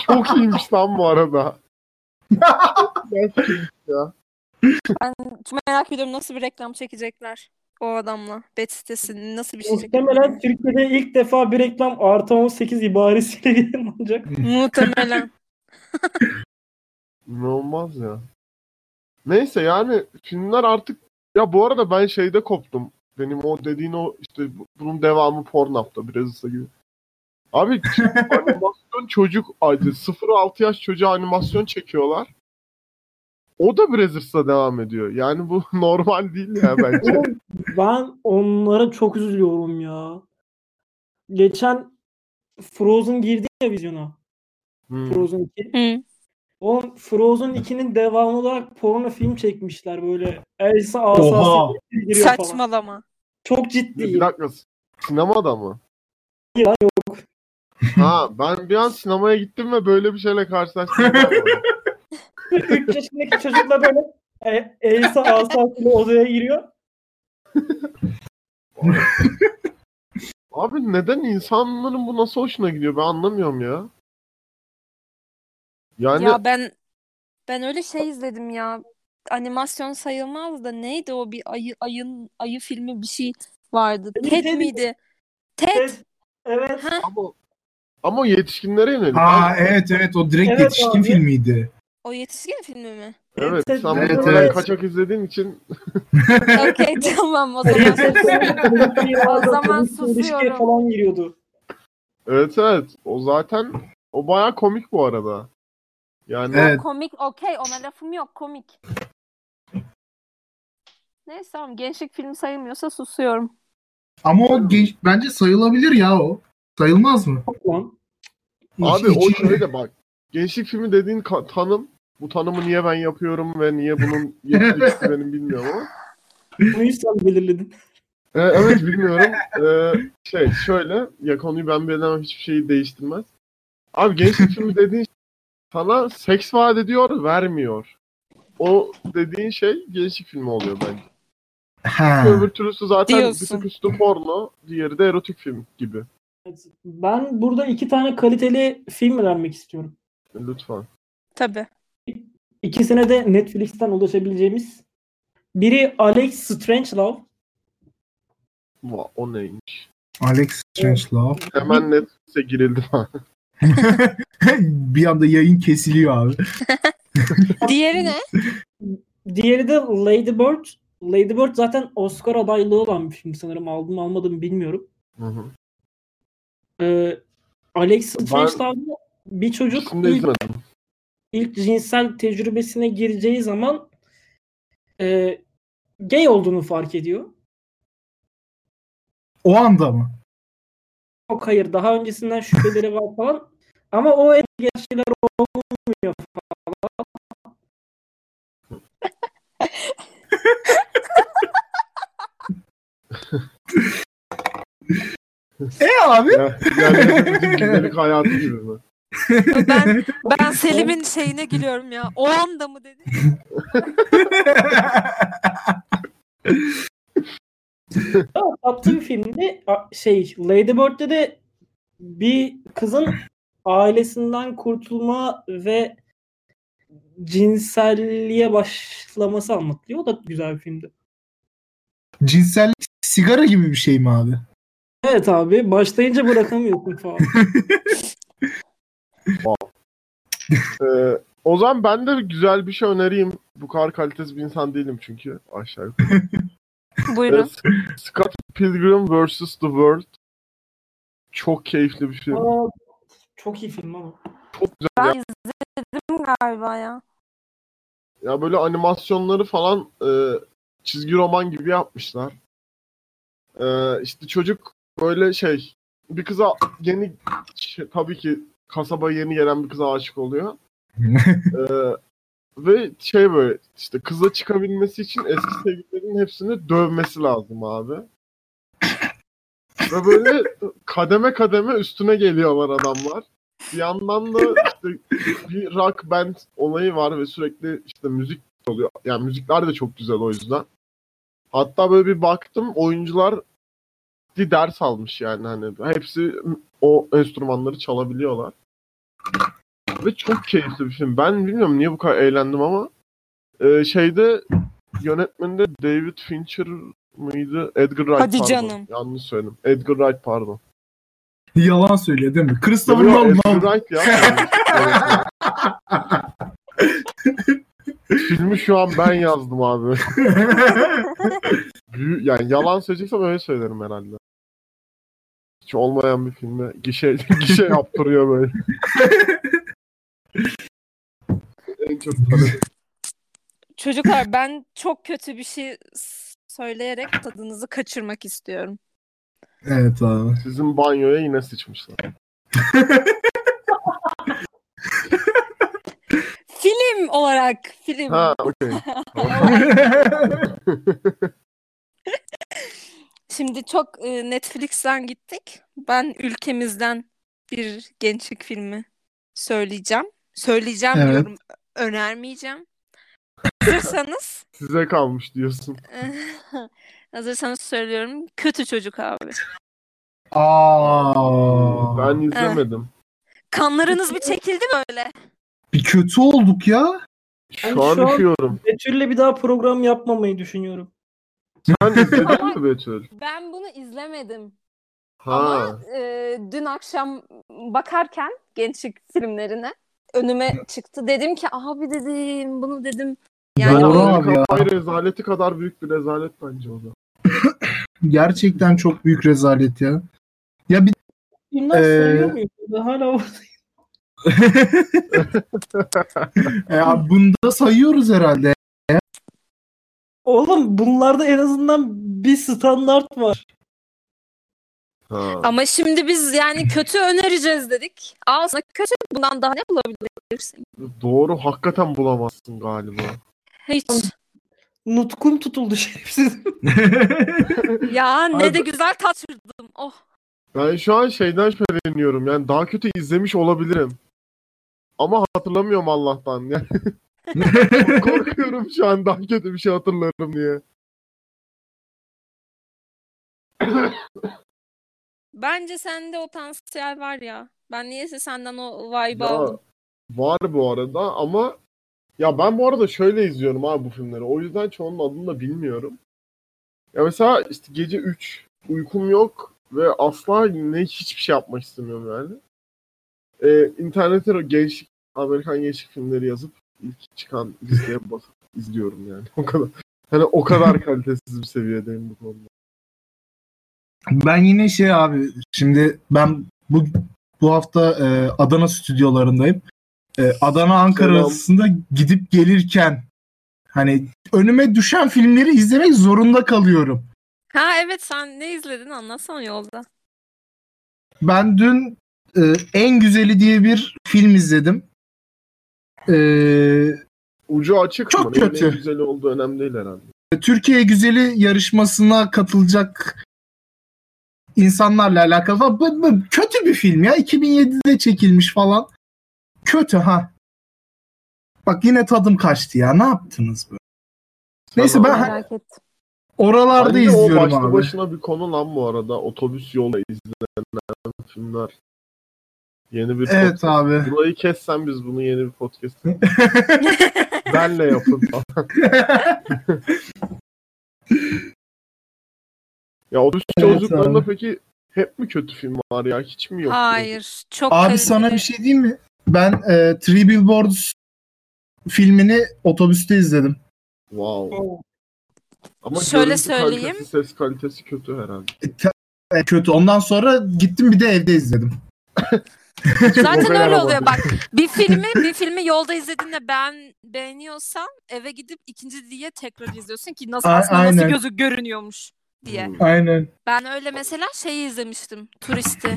D: Çok iyiymiş lan bu arada.
B: Ben <laughs> çok merak ediyorum nasıl bir reklam çekecekler o adamla. Bet sitesini nasıl bir şey
A: Muhtemelen Türkiye'de ilk defa bir reklam artı 18 ibaresiyle <laughs> yayınlanacak.
B: Muhtemelen.
D: İnanılmaz ya. Neyse yani filmler artık ya bu arada ben şeyde koptum. Benim o dediğin o işte bu- bunun devamı Pornhub'da biraz ısı gibi. Abi Türk animasyon çocuk acı 0-6 yaş çocuğa animasyon çekiyorlar. O da Brazzers'la devam ediyor. Yani bu <laughs> normal değil
A: <laughs>
D: ya bence.
A: Oğlum, ben onlara çok üzülüyorum ya. Geçen Frozen girdi ya vizyona.
D: Hmm.
A: Frozen 2.
B: <laughs> Hı.
A: Oğlum Frozen 2'nin devamı olarak porno film çekmişler böyle. Elsa
C: Oha.
A: asası giriyor falan.
B: Saçmalama.
A: Çok
D: Bir
A: ciddi.
D: dakika. Sinemada mı?
A: Hayır lan,
D: ha ben bir an sinemaya gittim ve böyle bir şeyle karşılaştım.
A: <laughs> 3 yaşındaki çocukla böyle e, Elsa asasıyla odaya giriyor.
D: Abi neden insanların bu nasıl hoşuna gidiyor ben anlamıyorum ya. Yani
B: Ya ben ben öyle şey izledim ya. Animasyon sayılmaz da neydi o bir ayı ayın ayı filmi bir şey vardı.
A: Ted
B: Ted
A: miydi?
B: miydi? Ted.
A: Evet. Evet.
B: Ha,
D: ama, ama yetişkinlere yönelik.
C: Ha
D: Abi,
C: evet evet o direkt
A: Evet
C: yetişkin
A: abi.
C: filmiydi.
B: o yetişkin filmi
A: <laughs>
B: mi?
D: Evet,
A: Ted
D: sen
C: Evet,
D: bunu
C: evet.
D: kaçak izlediğin için
B: Okey
A: <laughs>
B: tamam o zaman. <laughs>
A: şey
B: O zaman susuyorum.
A: falan giriyordu.
D: evet evet o zaten o baya komik bu arada. Yani
C: Evet.
B: Komik okey ona lafım yok komik. Neyse tamam gençlik filmi sayılmıyorsa susuyorum.
C: Ama o genç bence sayılabilir ya o. Sayılmaz mı?
A: Lan.
D: abi
C: İç-
D: o
C: içinde-
D: şöyle bak gençlik filmi dediğin ka- tanım bu tanımı niye ben yapıyorum ve
C: <laughs>
D: niye bunun yetişkisi benim bilmiyorum ama.
A: Bunu sen belirledin.
D: Ee, evet bilmiyorum. Ee, şey şöyle ya konuyu ben bilemem hiçbir şeyi değiştirmez. Abi gençlik filmi dediğin şey sana seks vaat ediyor vermiyor. O dediğin şey gençlik filmi oluyor bence.
C: Ha.
D: Öbür türlüsü zaten bir
B: Diyorsun.
D: tık üstü porno, diğeri de erotik film gibi.
A: Evet. Ben burada iki tane kaliteli film önermek istiyorum.
D: Lütfen.
B: Tabii.
A: İkisine de Netflix'ten ulaşabileceğimiz. Biri Alex Strangelove.
D: Va, o neymiş?
C: Alex Strangelove. <laughs>
D: Hemen Netflix'e girildi falan.
C: bir anda yayın kesiliyor abi.
B: Diğeri <laughs> ne?
A: Diğeri de Lady Bird. Lady Bird zaten Oscar adaylığı olan bir film sanırım. Aldım almadım bilmiyorum.
D: Hı hı.
A: Ee, Alex
D: Ben-
A: Strangelove'da bir çocuk
D: İkisini de
A: ilk,
D: izlemedim.
A: ilk cinsel tecrübesine gireceği zaman e, gay olduğunu fark ediyor.
C: O anda mı?
A: Yok hayır daha öncesinden şüpheleri var falan. Ama o etkileyen şeyler olmuyor
C: E abi. <laughs>
D: Ya- Yani bizim gündelik hayatı gibi mi?
B: Ben ben Selim'in şeyine gülüyorum ya. O anda mı dedi?
A: falan. Tatlı bir filmde a- şey Lady Bird'de de bir kızın ailesinden kurtulma ve cinselliğe başlaması anlatılıyor. O da güzel bir filmdi.
C: Cinsellik sigara gibi bir şey mi abi?
A: Evet abi başlayınca bırakamıyorsun falan.
D: Ee, o zaman ben de güzel bir şey önereyim. Bu kadar kalitesiz bir insan değilim çünkü aşağı yukarı.
B: Buyurun.
D: Ee, <laughs> Scott Pilgrim vs. The World. Çok keyifli bir film.
A: <laughs> Aa, çok iyi film ama.
D: Çok güzel.
B: Ben
D: Ya,
B: izledim galiba ya.
D: ya böyle animasyonları falan e, çizgi roman gibi yapmışlar. E, işte çocuk böyle şey bir kıza yeni şey, tabii ki kasabaya yeni gelen bir kıza aşık oluyor. Ee, ve şey böyle işte kıza çıkabilmesi için eski sevgililerinin hepsini dövmesi lazım abi. Ve böyle kademe kademe üstüne geliyorlar adamlar. Bir yandan da işte bir rock band olayı var ve sürekli işte müzik oluyor. Yani müzikler de çok güzel o yüzden. Hatta böyle bir baktım oyuncular bir ders almış yani hani hepsi o enstrümanları çalabiliyorlar. Ve çok keyifli bir film. Ben bilmiyorum niye bu kadar eğlendim ama e, şeyde yönetmeni de David Fincher mıydı? Edgar Wright
B: Hadi
D: pardon.
B: canım.
D: Yanlış söyledim. Edgar Wright pardon.
C: Yalan söylüyor değil mi? Christopher
D: Yo, yo,
C: Nolan.
D: Edgar Wright ya. Evet. Filmi şu an ben yazdım abi.
C: <laughs>
D: Büyü, yani yalan söyleyeceksem öyle söylerim herhalde. Hiç olmayan bir filme gişe, <laughs> gişe yaptırıyor böyle. en çok talep-
B: Çocuklar ben çok kötü bir şey s- söyleyerek tadınızı kaçırmak istiyorum.
C: evet abi.
D: <laughs> Sizin banyoya yine sıçmışlar.
B: Film olarak film.
D: Ha okey.
B: Şimdi çok e, Netflix'ten gittik. Ben ülkemizden bir gençlik filmi söyleyeceğim. Söyleyeceğim
C: Evet.
B: diyorum. Önermeyeceğim. Hazırsanız <laughs>
D: Size kalmış diyorsun.
B: hazırsanız söylüyorum. Kötü çocuk abi.
C: Aa.
D: Ben izlemedim.
B: Kanlarınız bir çekildi böyle.
C: Bir kötü olduk ya.
A: Ben
D: Şu an
A: şu an-
D: üşüyorum.
A: Betül'le bir daha program yapmamayı düşünüyorum.
D: Sen izledin mi Betül?
B: Ben bunu izlemedim.
D: Ha.
B: Ee, dün akşam bakarken gençlik filmlerine önüme çıktı. Dedim ki abi dedim bunu dedim. Yani
D: Ben
C: Doğru
B: bu-
C: abi ya.
D: Hayır rezaleti kadar büyük bir rezalet bence o da.
C: Gerçekten çok büyük rezalet ya. Ya bir
A: Bunlar
C: Ee,
A: sayıyor muyum? Ben Hala oradayım.
C: ya E, bunu da sayıyoruz
D: <laughs>
C: herhalde.
A: Oğlum bunlarda en azından bir standart var.
D: <laughs> Ha.
B: Ama şimdi biz yani kötü önereceğiz dedik. Aslında kötü bundan daha ne bulabilirsin?
D: Doğru hakikaten bulamazsın galiba.
B: Hiç.
A: Nutkum tutuldu <laughs> şerefsiz.
B: Ya ne
D: Abi-
B: de güzel taçırdım. Oh.
D: Ben şu an şeyden şüpheleniyorum. Yani daha kötü izlemiş olabilirim. Ama hatırlamıyorum Allah'tan. <laughs> Yani korkuyorum şu an daha kötü bir şey hatırlarım diye.
B: Bence sende o potansiyel var ya. Ben niyeyse senden o vibe
D: Ya,
B: aldım.
D: var bu arada ama ya ben bu arada şöyle izliyorum abi bu filmleri. O yüzden çoğunun adını da bilmiyorum. Ya mesela işte gece 3 uykum yok ve asla ne hiçbir şey yapmak istemiyorum yani. Ee, internete gençlik Amerikan gençlik filmleri yazıp ilk çıkan listeye <laughs> basıp izliyorum yani. O kadar hani
C: <laughs>
D: o kadar kalitesiz bir seviyedeyim bu konuda.
C: ben yine şey abi şimdi ben bu bu hafta e, Adana stüdyolarındayım. E, Adana Ankara
D: Selam.
C: arasında gidip gelirken hani önüme düşen filmleri izlemek zorunda kalıyorum.
B: Ha evet sen ne izledin anlatsana yolda.
C: Ben dün e, En Güzeli diye bir film izledim. E,
D: Ucu açık
C: Çok
D: mı? Neyin en
C: kötü.
D: güzel olduğu önemli değil herhalde.
C: Türkiye Güzeli yarışmasına katılacak insanlarla alakalı falan. Bu- bu kötü bir film ya. 2007'de çekilmiş falan. Kötü ha. Bak yine tadım kaçtı ya. Ne yaptınız böyle? Neyse ben
B: Merak ettim.
C: oralarda
D: Bence o
C: izliyorum
D: başlı
C: abi.
D: başına bir konu lan bu arada. Otobüs yolda izlenen filmler. Yeni bir
C: Evet
D: podcast.
C: abi.
D: Burayı kessen biz bunu yeni
C: <laughs>
D: bir podcast. Benle yapın. ya otobüs
C: Evet
D: yolculuklarında
C: abi.
D: peki hep mi kötü film var ya? Hiç mi yok?
B: Hayır. Çok
C: Abi
B: kaliteli.
C: sana bir şey diyeyim mi? Ben e, Three Billboards filmini otobüste izledim.
D: Wow. Ama
B: Şöyle
D: görüntü
B: söyleyeyim.
D: Kalitesi, ses kalitesi kötü herhalde.
C: E, kötü. Ondan sonra gittim bir de evde izledim.
B: Zaten
D: Opera
B: öyle
D: arabası.
B: oluyor bak. Bir filmi bir filmi yolda izlediğinde ben beğeniyorsan eve gidip ikinci diye tekrar izliyorsun ki nasıl
C: A-
B: aslında
C: aynen.
B: nasıl gözü görünüyormuş diye.
D: Hmm.
C: Aynen.
B: Ben öyle mesela şeyi izlemiştim. Turisti.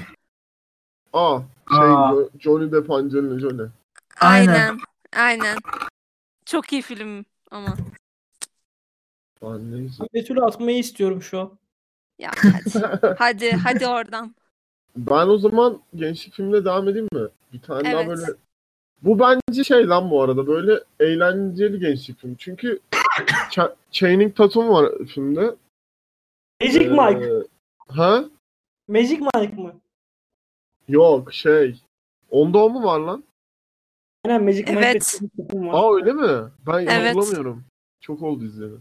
D: Aa, şey,
C: Aa.
D: Jo- Johnny Depp Angelina Jolie.
C: Aynen.
B: Aynen. Aynen. Çok iyi film ama.
D: Lan neyse.
A: Betül'ü atmayı istiyorum şu an.
B: Ya hadi. hadi hadi oradan.
D: Ben o zaman gençlik filmine devam edeyim mi? Bir tane daha
B: Evet.
D: böyle. Bu bence şey lan bu arada böyle eğlenceli gençlik filmi. Çünkü <coughs> Cha- Channing Tatum var filmde.
A: Magic
D: Ee,
A: Mike.
D: Ha?
A: Magic Mike mı?
D: Yok şey. Onda o mu var lan?
A: Aynen Magic
B: Evet.
A: Mike'de takım var.
D: Aa öyle mi? Ben
B: Evet.
D: hatırlamıyorum. Çok oldu izleyeli.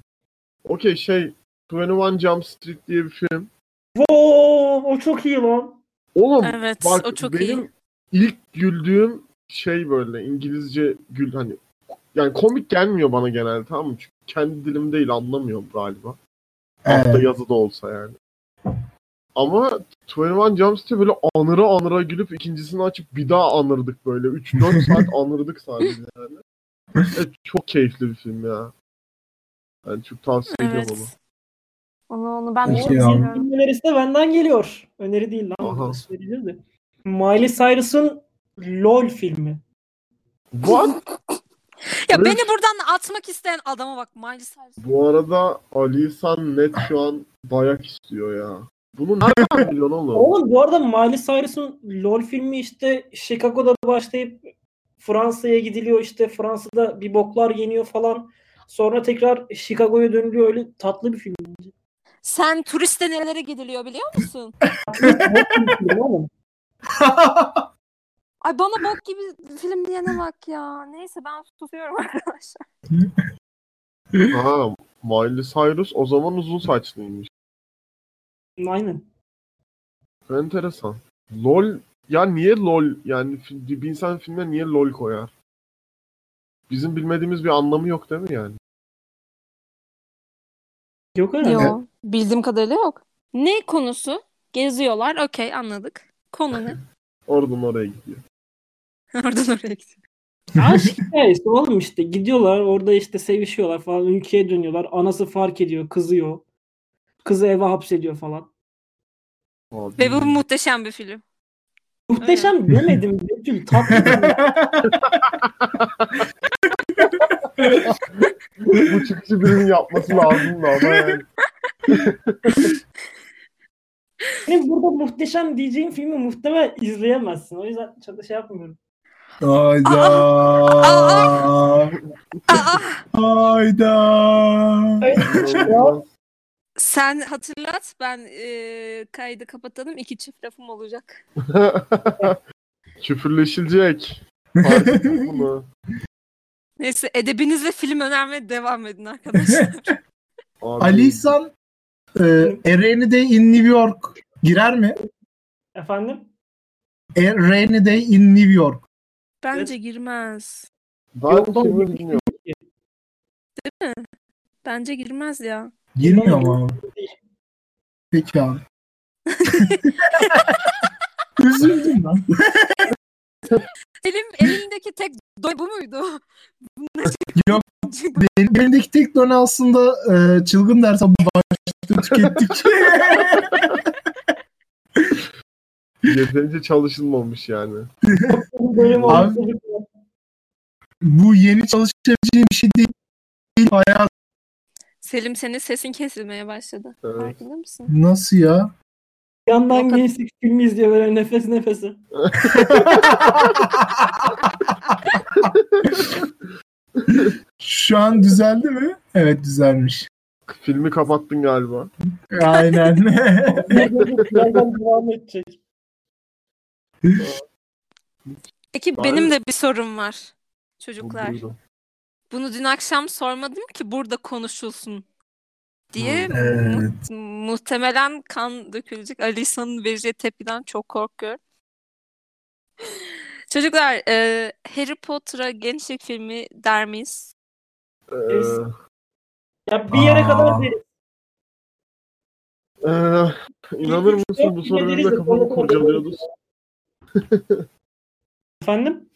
D: Okey şey 21 Jump Street diye bir film.
A: Wow, o çok iyi lan.
D: Oğlum
B: Evet.
D: Bak
B: o çok
D: benim
C: şey
B: iyi.
D: ilk güldüğüm şey böyle İngilizce gül hani yani komik gelmiyor bana genelde tamam mı? Çünkü kendi dilim değil anlamıyorum galiba. Altta
C: Evet.
D: yazı da olsa yani. Ama 21 Jump Street böyle anıra anıra gülüp ikincisini açıp bir daha anırdık böyle. 3-4 saat anırdık sadece yani. Evet, çok keyifli bir film ya. Yani çok tavsiye
B: Evet.
D: ediyorum onu.
B: Onu onu ben de
C: Peki
B: çok
C: ya.
B: seviyorum.
A: Film önerisi de benden geliyor. Öneri değil
D: Aha.
A: lan. Söyleyeceğiz de. Miley Cyrus'ın LOL filmi.
D: What?
B: Ya
D: Evet.
B: beni buradan atmak isteyen adama bak Miley Cyrus.
D: Bu arada Ali San net şu an dayak istiyor ya. Bunu nereden biliyorsun oğlum?
A: Oğlum bu arada Miley Cyrus'un LOL filmi işte Chicago'da başlayıp Fransa'ya gidiliyor işte Fransa'da bir boklar yeniyor falan. Sonra tekrar Chicago'ya dönülüyor öyle tatlı bir film.
B: Sen turiste nerelere gidiliyor biliyor musun?
A: Tatlı bir film oğlum.
C: <laughs>
B: Ay bana bok gibi film diyene bak ya. Neyse ben susuyorum <laughs> arkadaşlar.
D: Ha, Miley Cyrus o zaman uzun saçlıymış.
A: Aynen.
D: Enteresan. LOL ya niye LOL yani fi- bir insan filme niye LOL koyar? Bizim bilmediğimiz bir anlamı yok değil mi yani?
A: Yok öyle.
B: Yo. Bildiğim kadarıyla yok. Ne konusu? Geziyorlar. Okey anladık. Konu ne? <laughs>
D: Oradan oraya gidiyor.
B: Oradan oraya gidiyor.
A: Aşk hikayesi oğlum işte gidiyorlar orada işte sevişiyorlar falan ülkeye dönüyorlar. Anası fark ediyor kızıyor. Kızı eve hapsediyor falan.
D: Abi,
B: Ve bu muhteşem bir film.
A: Muhteşem demedim Betül tatlı.
D: bu çıkışı birinin yapması lazım da ama yani.
A: Benim burada muhteşem diyeceğim filmi muhtemelen izleyemezsin. O yüzden çok da şey yapmıyorum.
C: Hayda.
B: Aa,
C: Hayda.
A: Ya,
B: sen hatırlat ben e, kaydı kapatalım. İki çift lafım olacak.
D: <laughs> Küfürleşilecek. Fark ettim bunu.
B: Neyse edebinizle film önermeye devam edin arkadaşlar. <laughs>
D: Abi,
C: Ali İhsan e, A Rainy Day in New York girer mi?
A: Efendim?
C: A Rainy Day in New York.
B: Bence girmez.
D: Ben filmi bilmiyorum.
B: Bence girmez ya.
C: Girmiyor mu abi? Peki abi. Üzüldüm ben.
B: Elim elimdeki tek <laughs> doy bu muydu? <laughs>
C: Yok. Benim, benimdeki tek dönem aslında e, çılgın ders ama başta tükettik. <laughs>
D: Yeterince çalışılmamış yani.
A: Bu bölüm
C: Abi-
A: olmuş çocuklar.
C: Bu yeni çalışabileceğim bir şey değil. Hayat
B: Selim senin sesin kesilmeye başladı.
D: Evet. <laughs>
B: Farkında mısın?
C: nasıl ya?
A: Bir Yandan
B: Bakın.
A: gençlik filmi izliyor böyle nefes nefese.
C: Şu an düzeldi mi? Evet düzelmiş.
D: Filmi kapattın galiba.
C: Aynen. <laughs>
A: Birazdan devam edecek.
B: Peki
D: Var
B: benim
D: mı?
B: de bir sorum var çocuklar.
D: Buyurun.
B: Bunu dün akşam sormadım ki burada konuşulsun diye.
D: Hmm,
C: evet.
B: mu- muhtemelen kan dökülecek. Ali İhsan'ın vereceği tepkiden çok korkuyorum. <laughs> Çocuklar, e, Harry Potter'a gençlik filmi der
D: <laughs>
B: miyiz?
D: Ee,
A: Ya bir yere
C: Aa.
A: kadar deriz.
D: ee, inanır mısın bu soru benim de kafamı kurcalıyordu.
A: Efendim?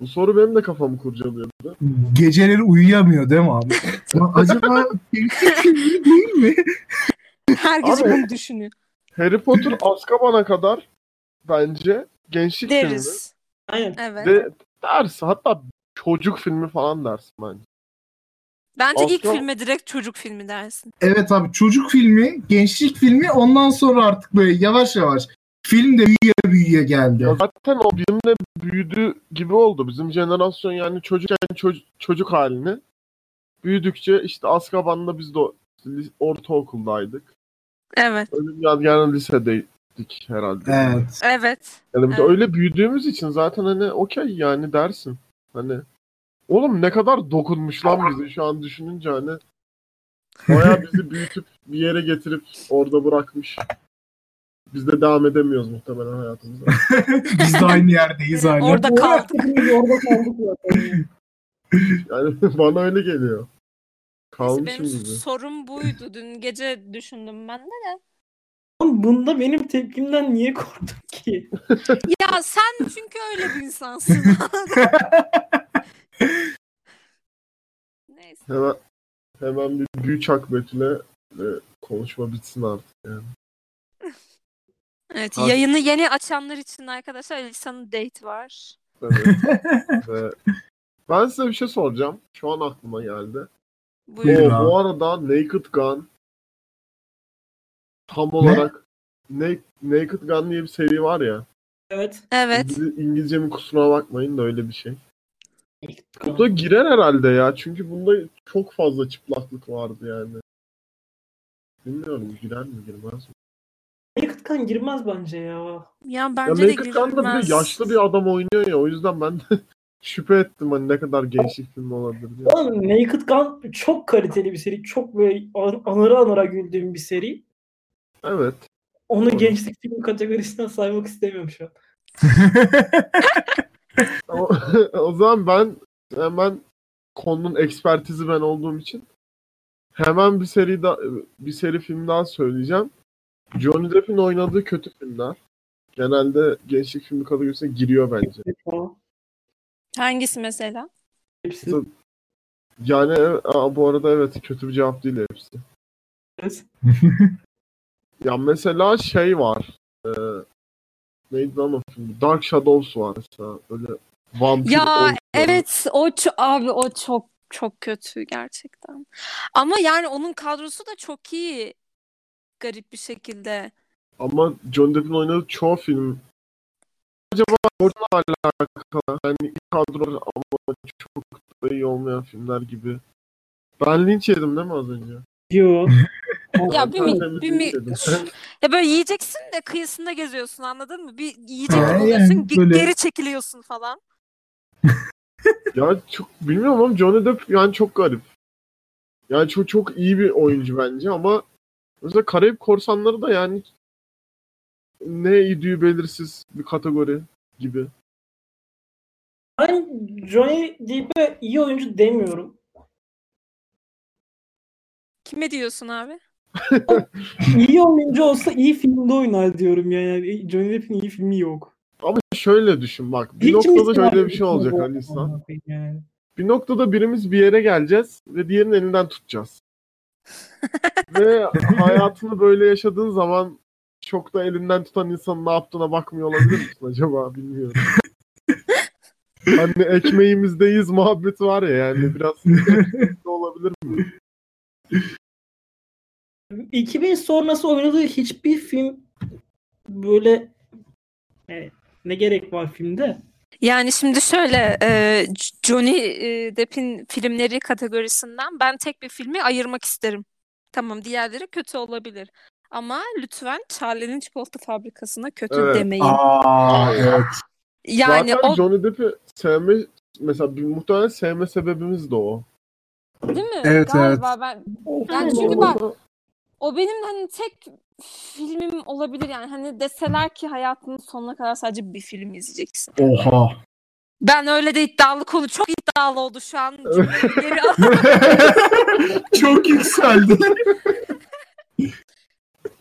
D: Bu soru benim de kafamı kurcalıyordu.
C: Geceleri uyuyamıyor değil mi abi? Ulan Acaba değil mi?
B: Herkes
D: Abi-
B: bunu düşünüyor.
D: Harry
B: <laughs>
D: Potter Azkaban'a kadar bence gençlik filmi.
B: Deriz.
A: Aynen.
B: Evet.
D: De, ders hatta çocuk filmi falan dersin bence.
B: Bence ilk
D: Aslında-
B: filme direkt çocuk filmi dersin.
C: Evet abi çocuk filmi, gençlik filmi ondan sonra artık böyle yavaş yavaş film de büyüye büyüye geldi.
D: Ya zaten o bizimle büyüdü gibi oldu. Bizim jenerasyon yani çocukken ço- çocuk halini büyüdükçe işte Azkaban'da biz de o- li- ortaokuldaydık.
B: Evet.
D: Ölüm Yadigar'ın lisedeydik herhalde.
C: <laughs> Evet.
B: Evet.
D: Yani bir de
B: Evet.
D: öyle büyüdüğümüz için zaten hani okey yani dersin. Hani oğlum ne kadar dokunmuş lan bizi şu an düşününce hani. Baya bizi büyütüp bir yere getirip orada bırakmış. Biz de devam edemiyoruz muhtemelen hayatımıza. <laughs>
C: Biz de aynı yerdeyiz hala.
B: Orada kaldık.
A: Hepimiz orada kaldık zaten.
D: Yani <laughs> bana öyle geliyor.
B: Neyse,
D: Kalmışım
B: Benim
D: gibi.
B: sorum buydu. Dün gece düşündüm ben de.
A: Oğlum bunda benim tepkimden niye korktun ki?
B: Ya sen çünkü öyle bir <laughs> insansın. Neyse.
D: Hemen, hemen bir büyü çak Betül'e ve konuşma bitsin artık.
B: Evet,
D: Abi-
B: yayını yeni açanlar için arkadaşlar Elisa'nın date var.
D: Evet. Ve ben size bir şey soracağım. Şu an aklıma geldi.
B: Buyurun.
C: Buyurun.
D: Oo, bu arada Naked Gun tam olarak Na- Naked Gun diye bir seri var ya.
A: Evet.
B: Evet.
D: İngiliz- İngilizcemin kusuruna bakmayın da öyle bir şey. Bu da girer herhalde ya. Çünkü bunda çok fazla çıplaklık vardı yani. Bilmiyorum girer mi girmez mi?
A: Naked Gun girmez bence ya.
B: Ya
D: Ya
B: bence de
D: Naked Gun'da bir
B: girilmez.
D: de yaşlı bir adam oynuyor ya. O yüzden ben de <laughs> şüphe ettim hani ne kadar gençlik filmi olabilir diye.
A: Oğlum Naked Gun çok kaliteli bir seri. Çok böyle an- anıra anıra güldüğüm bir seri.
D: Evet.
A: Onu
D: Doğru.
A: gençlik filmi kategorisinden saymak istemiyorum şu an.
D: Ama o <laughs> zaman ben hemen konunun ekspertizi ben olduğum için hemen bir seri da, bir seri film daha söyleyeceğim. Johnny Depp'in oynadığı kötü filmler genelde gençlik filmi kategorisine giriyor bence.
A: Tamam.
B: Hangisi mesela?
A: Hepsi.
D: Tabii. Yani e, aa, bu arada evet kötü bir cevap değil hepsi.
A: Evet.
D: Ya mesela şey var. E, neydi lan o film? Dark Shadows var mesela. Böyle vampir
B: Ya
D: oyuncu.
B: evet o ço- abi o çok çok kötü gerçekten. Ama yani onun kadrosu da çok iyi. Garip bir şekilde.
D: Ama John Depp'in oynadığı çoğu film acaba onunla alakalı yani ilk kadro ama çok da iyi olmayan filmler gibi. Ben linç yedim değil mi az önce? <laughs>
A: Yo.
B: Ya bir mi-
D: Ben
B: bir
D: linç
B: mi-
D: yedim.
B: Ya böyle yiyeceksin de kıyısında geziyorsun anladın mı? Bir yiyecek
C: Ha, yani
B: buluyorsun, ge-
C: böyle-
B: geri çekiliyorsun falan.
D: Ya çok bilmiyorum ama Johnny Depp yani çok garip. Yani çok çok iyi bir oyuncu bence ama mesela Karayip Korsanları da yani ne idüğü belirsiz bir kategori gibi.
A: Ben Johnny Depp'e iyi oyuncu demiyorum.
B: Kime diyorsun abi?
A: İyi oyuncu olsa iyi filmde oynar diyorum ya. Yani Johnny Depp'in iyi filmi yok.
D: Ama şöyle düşün bak. Bir
A: Hiç mi
D: noktada
A: istihdam
D: şöyle bir şey olacak
A: etmiyor
D: Ali
A: bu
D: İhsan.
A: adamı yani?
D: Bir noktada birimiz bir yere geleceğiz ve diğerinin
B: <laughs>
D: elinden tutacağız. ve hayatını böyle yaşadığın zaman çok da elinden tutan insanın ne yaptığına bakmıyor olabilir misin
B: <laughs>
D: acaba bilmiyorum. hani ekmeğimizdeyiz muhabbeti var ya yani biraz da olabilir mi?
A: 2000 sonrası oynadığı hiçbir film böyle yani ne gerek var filmde?
B: Yani şimdi şöyle e, J- Johnny e, Depp'in filmleri kategorisinden ben tek bir filmi ayırmak isterim. Tamam diğerleri kötü olabilir. Ama lütfen Charlie'nin Çikolata Fabrikası'na kötü
D: Evet.
B: demeyin.
C: Aa evet.
B: Yani
D: Zaten
B: o
D: Johnny Depp'i sevme mesela bir, muhtemelen sevme sebebimiz de o.
B: değil mi?
C: Evet,
B: Galiba ben Yani çünkü bak-
D: Orada-
B: o benim hani tek filmim olabilir yani hani deseler ki hayatının sonuna kadar sadece bir film izleyeceksin.
C: <laughs> Oha.
B: Ben öyle de iddialı konu çok iddialı oldu şu an. Cümleyi geri al-
C: Çok yükseldi.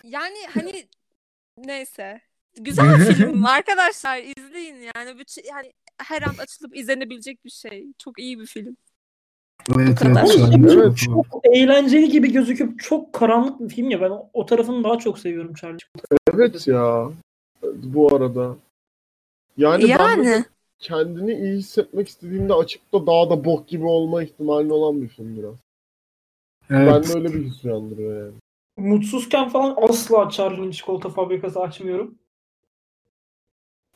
B: Yani hani neyse. Güzel bir film arkadaşlar izleyin yani bütün yani her an açılıp izlenebilecek bir şey. Çok iyi bir film.
C: Evet
B: kadar.
C: evet. şu an
A: Oğlum,
C: çok-
A: Çok eğlenceli gibi gözüküp çok karanlık bir film ya. Ben o- o tarafını daha çok seviyorum Charlie.
D: Evet ya. Bu arada. Yani, ben mesela
B: Yani
D: kendini iyi hissetmek istediğinde açıp da daha da bok gibi olma ihtimali olan bir film biraz. Ben
C: Evet.
D: de öyle bir his uyandırıyor yani.
A: Mutsuzken falan asla Charlie'nin çikolata fabrikası açmıyorum.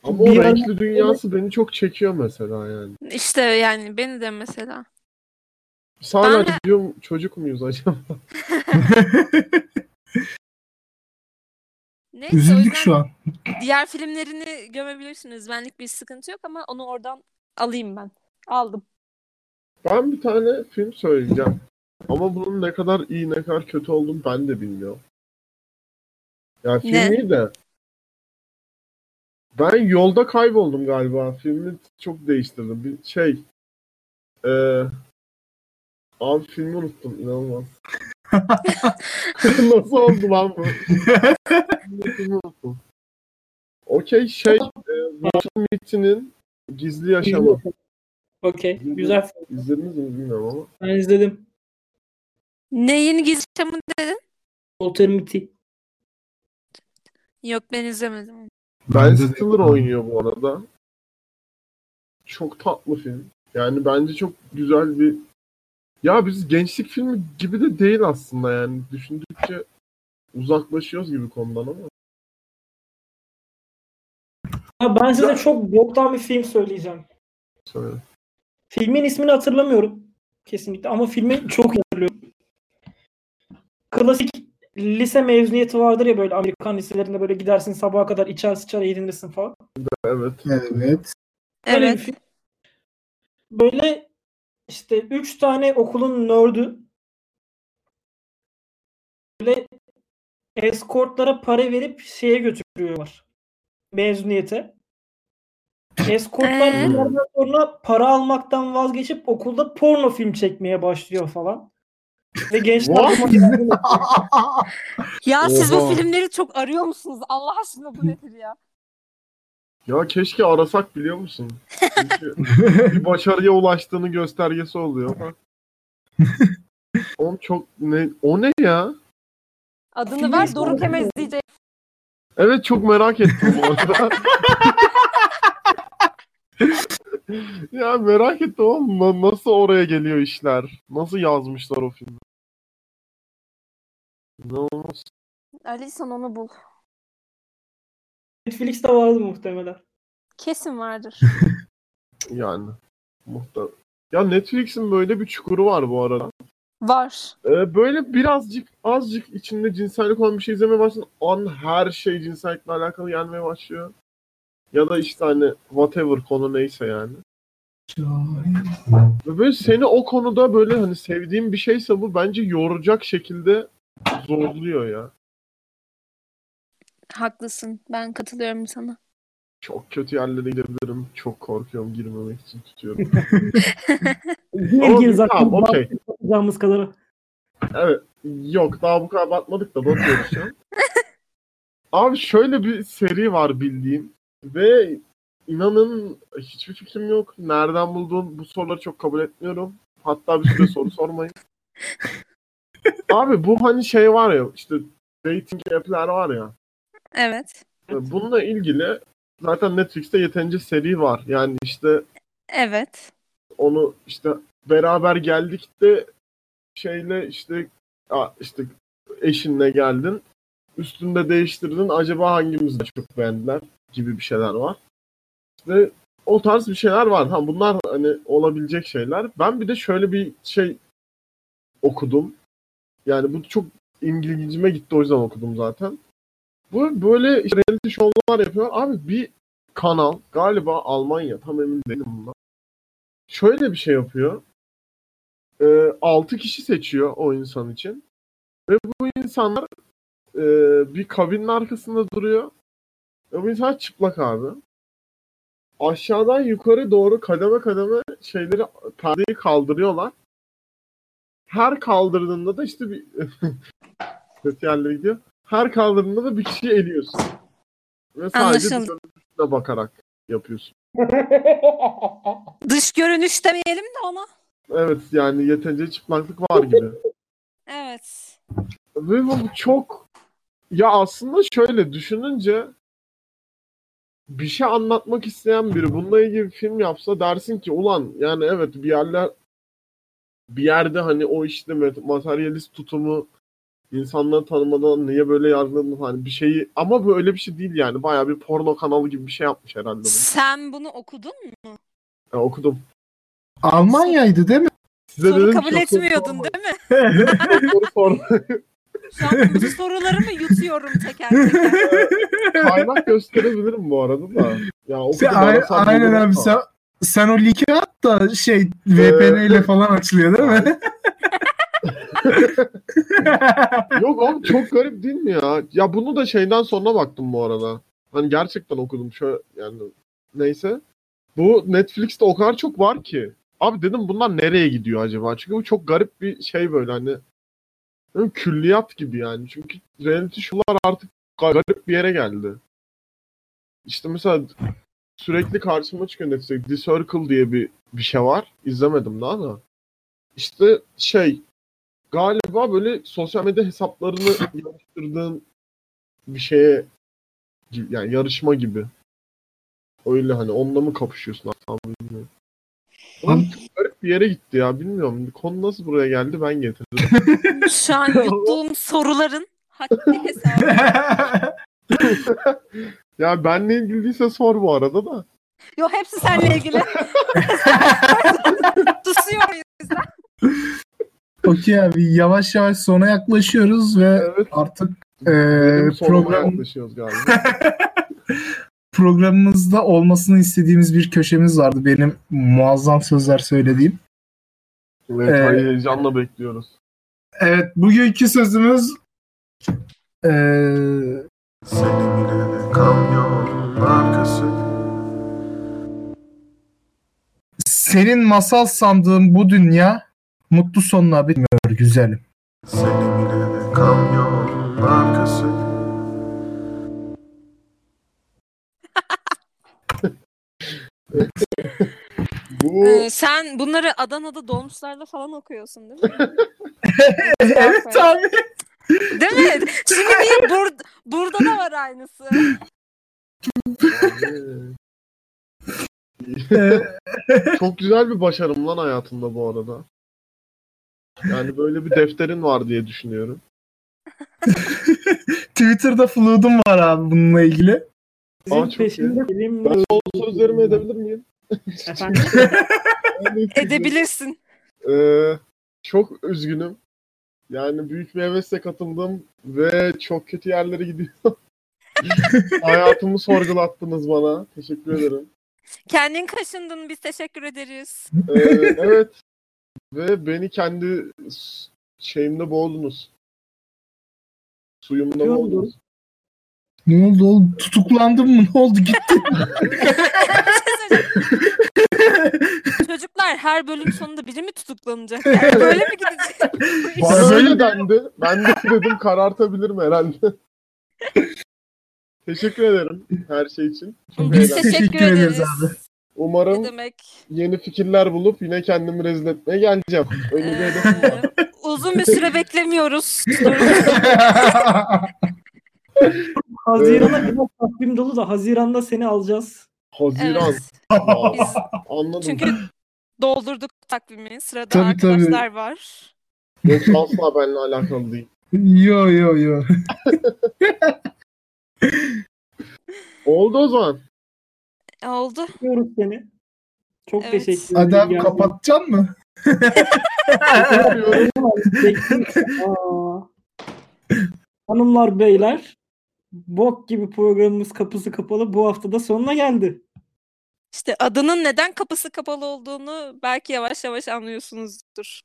D: Ama
A: Bir
D: o
A: an-
D: renkli dünyası beni çok çekiyor mesela yani.
B: işte yani beni de mesela.
D: Biz hala
B: Ben-
D: diyorum çocuk muyuz acaba?
B: Neyse o
C: <laughs> Üzüldük
B: yüzden
C: şu an.
B: diğer filmlerini gömebilirsiniz. Benlik bir sıkıntı yok ama onu oradan alayım ben. Aldım.
D: Ben bir tane film söyleyeceğim. Ama bunun ne kadar iyi ne kadar kötü olduğunu ben de bilmiyorum. Yani film
B: Ne?
D: iyi de. Ben yolda kayboldum galiba. Filmi çok değiştirdim. Bir şey. Eee abi filmi unuttum. inanılmaz. Nasıl oldu lan bu? Filmi unuttum. Okey şey. E, Will Smith'in Gizli Yaşamı.
A: Okey. Güzel film.
D: İzlediniz mi bilmiyorum ama.
A: Ben izledim.
B: Neyin gizli yaşamı dedin?
A: Walter Mitty.
B: Yok ben izlemedim.
D: Ben
C: Bence de-
D: Stiller oynuyor bu arada. Çok tatlı film. Yani bence çok güzel bir... Ya biz gençlik filmi gibi de değil aslında yani. Düşündükçe uzaklaşıyoruz gibi konudan ama.
A: Ya ben size çok boktan bir film söyleyeceğim.
D: Söyle.
A: Filmin ismini hatırlamıyorum kesinlikle ama filmi çok iyi hatırlıyorum. Klasik lise mezuniyeti vardır ya böyle Amerikan liselerinde böyle gidersin sabaha kadar içer sıçar eğlenirsin falan.
D: Evet.
C: <laughs> Evet.
A: Öyle bir
B: Evet.
A: film. Böyle işte üç tane okulun nördü böyle eskortlara para verip şeye götürüyorlar. Mezuniyete. Eskortlar
B: Ee?
A: bunlardan sonra para almaktan vazgeçip okulda porno film çekmeye başlıyor falan. Ve gençler
D: What?
A: buna-
B: Ya siz bu
D: Oha.
B: filmleri çok arıyor musunuz? Allah aşkına bu nedir ya?
D: Ya keşke arasak biliyor musun?
C: <laughs>
D: Çünkü bir başarıya ulaştığını göstergesi oluyor. Oğlum çok ne o ne ya?
B: Adını ver
D: Film
B: Doruk
D: izlemedim.
B: Emez diyecek.
D: Evet çok merak ettim bu arada. ya merak ettim oğlum na- nasıl oraya geliyor işler? Nasıl yazmışlar o filmi? İnanılmaz.
B: Ali sen onu bul.
A: Netflix'te vardı muhtemelen.
B: Kesin <laughs> vardır.
D: yani. Muhtar. Ya Netflix'in böyle bir çukuru var bu arada.
B: Var.
D: Ee, böyle birazcık azıcık içinde cinsellik olan bir şey izlemeye başladın. An her şey cinsellikle alakalı gelmeye başlıyor. Ya da işte hani whatever konu neyse yani. Ve böyle seni o konuda böyle hani sevdiğim bir şeyse bu bence yoracak şekilde zorluyor ya.
B: Haklısın. Ben katılıyorum sana.
D: Çok kötü yerlere gidebilirim. Çok korkuyorum girmemek için tutuyorum.
A: Gir
D: Ama
A: gir
D: biz-
A: zaten
D: tamam, okey.
A: bakacağımız <laughs> kadarı.
D: Evet. Yok daha bu kadar batmadık da batıyoruz şu an. Abi şöyle bir seri var bildiğim. Ve inanın hiçbir fikrim yok. Nereden buldun? Bu soruları çok kabul etmiyorum. Hatta bir süre soru sormayın. Abi bu hani şey var ya işte dating app'ler var ya.
B: Evet.
D: Bununla ilgili zaten Netflix'te yeterince seri var. Yani işte
B: Evet.
D: onu işte beraber geldik de şeyle işte a- işte eşinle geldin. Üstünde değiştirdin. Acaba hangimiz daha çok beğendiler gibi bir şeyler var. İşte o tarz bir şeyler var. Ha bunlar hani olabilecek şeyler. Ben bir de şöyle bir şey okudum. Yani bu çok ilgincime gitti o yüzden okudum zaten. Bu böyle işte reality show'lar yapıyor. Abi bir kanal galiba Almanya tam emin değilim bundan şöyle bir şey yapıyor. Ee, 6 kişi seçiyor o insan için. Ve bu insanlar e, bir kabinin arkasında duruyor. Ve bu insan çıplak abi. Aşağıdan yukarı doğru kademe kademe şeyleri perdeyi kaldırıyorlar. Her kaldırdığında da işte bir <laughs> kötü yerlere gidiyor. Her kaldırdığında da bir kişiyi eliyorsun. Ve sadece
B: Anlaşıldı.
D: dışarıda bakarak yapıyorsun.
B: Dış görünüş demeyelim de ona.
D: Evet yani yeterince çıplaklık var gibi.
B: Evet.
D: Ve bu çok ya aslında şöyle düşününce bir şey anlatmak isteyen biri bununla ilgili bir film yapsa dersin ki ulan yani evet bir yerler bir yerde hani o işte met- materyalist tutumu insanları tanımadan niye böyle yargıladın hani bir şeyi ama böyle bir şey değil yani bayağı bir porno kanalı gibi bir şey yapmış herhalde bunu.
B: Sen bunu okudun mu?
D: Ya okudum.
C: Almanya'ydı değil mi?
D: Size
B: Soru
D: dedim
B: kabul
D: ki, soru
B: etmiyordun
D: sormayın.
B: değil mi?
D: Soru sormayın.
B: Şu an
D: <laughs>
B: bu sorularımı yutuyorum teker teker.
D: kaynak gösterebilirim bu arada da. Ya
C: <laughs>
D: o
C: Sen,
D: kadar
C: ay-
D: arasam
C: aynen
D: bulurum
C: abi
D: ama.
C: sen, sen o linki at da şey VPN ile falan açılıyor değil <laughs> mi?
D: Yok oğlum çok garip değil mi ya? Ya bunu da şeyden sonra baktım bu arada. Hani gerçekten okudum şöyle yani neyse. Bu Netflix'te o kadar çok var ki. Abi dedim bunlar nereye gidiyor acaba? Çünkü bu çok garip bir şey böyle hani. değil mi? Külliyat gibi yani. Çünkü reality şovlar artık ga- garip bir yere geldi. İşte mesela sürekli karşıma çıkıyor Netflix'te. The Circle diye bir, bir şey var. İzlemedim daha da. İşte şey galiba böyle sosyal medya hesaplarını yarıştırdığın bir şeye Gibi- Yani yarışma gibi. Öyle hani onunla mı kapışıyorsun aslında bilmiyorum. Ama çok garip bir yere gitti ya bilmiyorum. Konu nasıl buraya geldi ben getirdim.
B: Şu an yuttuğum soruların haddi hesabı.
D: ya benle ilgiliyse sor bu arada da.
B: Yo hepsi seninle ilgili. <laughs> Susuyor muyuz?
C: Okey abi yavaş yavaş sona yaklaşıyoruz ve
D: Evet. Ee,
C: artık e,
D: Benim soruma
C: program
D: yaklaşıyoruz galiba.
C: programımızda olmasını istediğimiz bir köşemiz vardı. Benim muazzam sözler söylediğim.
D: <laughs> Evet,
C: Ee,
D: heyecanla bekliyoruz.
C: Evet bugünkü sözümüz e,
E: Seni bile kamyonun arkası
C: senin masal sandığın bu dünya mutlu sonuna bitmiyor güzelim.
E: Seni bile kamyonun arkası
D: Bu
B: Ee, sen bunları Adana'da dolmuşlarda falan okuyorsun değil mi?
C: <laughs> evet abi.
B: Değil mi? Şimdi niye bur- burada da var aynısı?
D: yani-
C: E,
D: Çok güzel bir başarım lan hayatımda bu arada. Yani böyle bir defterin var diye düşünüyorum.
C: Twitter'da flood'um var abi bununla ilgili.
A: Sizin
D: Aa, çok iyi.
A: peşinde film
D: Ben son sözlerimi edebilir miyim? <laughs>
A: Efendim?
B: Edebilirsin.
D: Ee, çok üzgünüm. Yani büyük bir hevesle katıldım ve çok kötü yerlere gidiyor. Hayatımı sorgulattınız bana. Teşekkür ederim.
B: Kendin kaşındın biz teşekkür ederiz.
D: Ee, evet. Ve beni kendi s- şeyimde boğdunuz. Suyumda
A: Yoğundu.
D: boğdunuz.
C: Ne oldu oğlum? Tutuklandın mı? Ne oldu? Gitti.
B: şey Çocuklar her bölüm sonunda biri mi tutuklanacak? Yani böyle mi gidecek? bu iş?
C: Bana
D: Bana öyle
C: öyle
D: dendi. Ben de dedim karartabilirim herhalde. Teşekkür ederim her şey için. Çok
B: Biz
D: eğlendim.
B: teşekkür ederiz.
C: abi.
D: Umarım
B: Ne demek?
D: yeni fikirler bulup yine kendimi rezil etmeye geleceğim. Öyle bir
B: Ee,
D: hedefim var.
B: uzun bir süre beklemiyoruz.
A: <laughs> Haziran'a kadar takvim dolu da Haziran'da seni alacağız.
D: Haziran.
B: Evet.
D: Wow,
B: Biz
D: Anladım.
B: Çünkü doldurduk takvimi. Sırada
C: Tabii, tabii.
B: arkadaşlar var.
D: Yoksa asla benimle alakalı değil.
C: <laughs> yo yo yo.
D: Oldu o zaman.
B: Oldu.
A: Öpüyoruz seni. Çok
B: Evet.
A: teşekkür ederim.
C: Adam
A: Geldiğin
C: kapatacaksın mı?
D: Öpüyorum.
A: Bekliyorum. Aa. Hanımlar beyler bok gibi programımız kapısı kapalı bu hafta da sonuna geldi.
B: İşte adının neden kapısı kapalı olduğunu belki yavaş yavaş anlıyorsunuzdur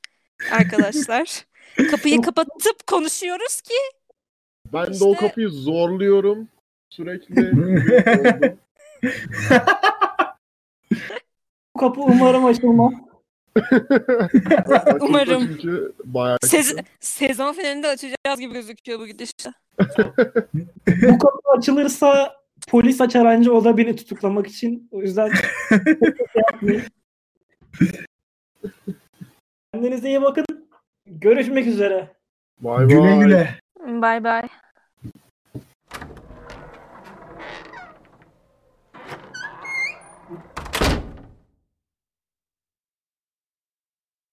B: arkadaşlar. Kapıyı kapatıp konuşuyoruz ki
D: Ben de o
B: İşte-
D: kapıyı zorluyorum. Sürekli.
A: Bu kapı umarım açılmaz.
D: Açılsa
B: Umarım.
D: Çünkü bayağı
B: sez- sezon finalinde açacağız gibi gözüküyor bu gidişle.
A: Bu kapı açılırsa polis açar anca o da beni tutuklamak için. O yüzden yapmayın. Kendinize iyi bakın. Görüşmek üzere.
D: Bay
C: Güle
D: bay.
C: güle.
B: Bay bay.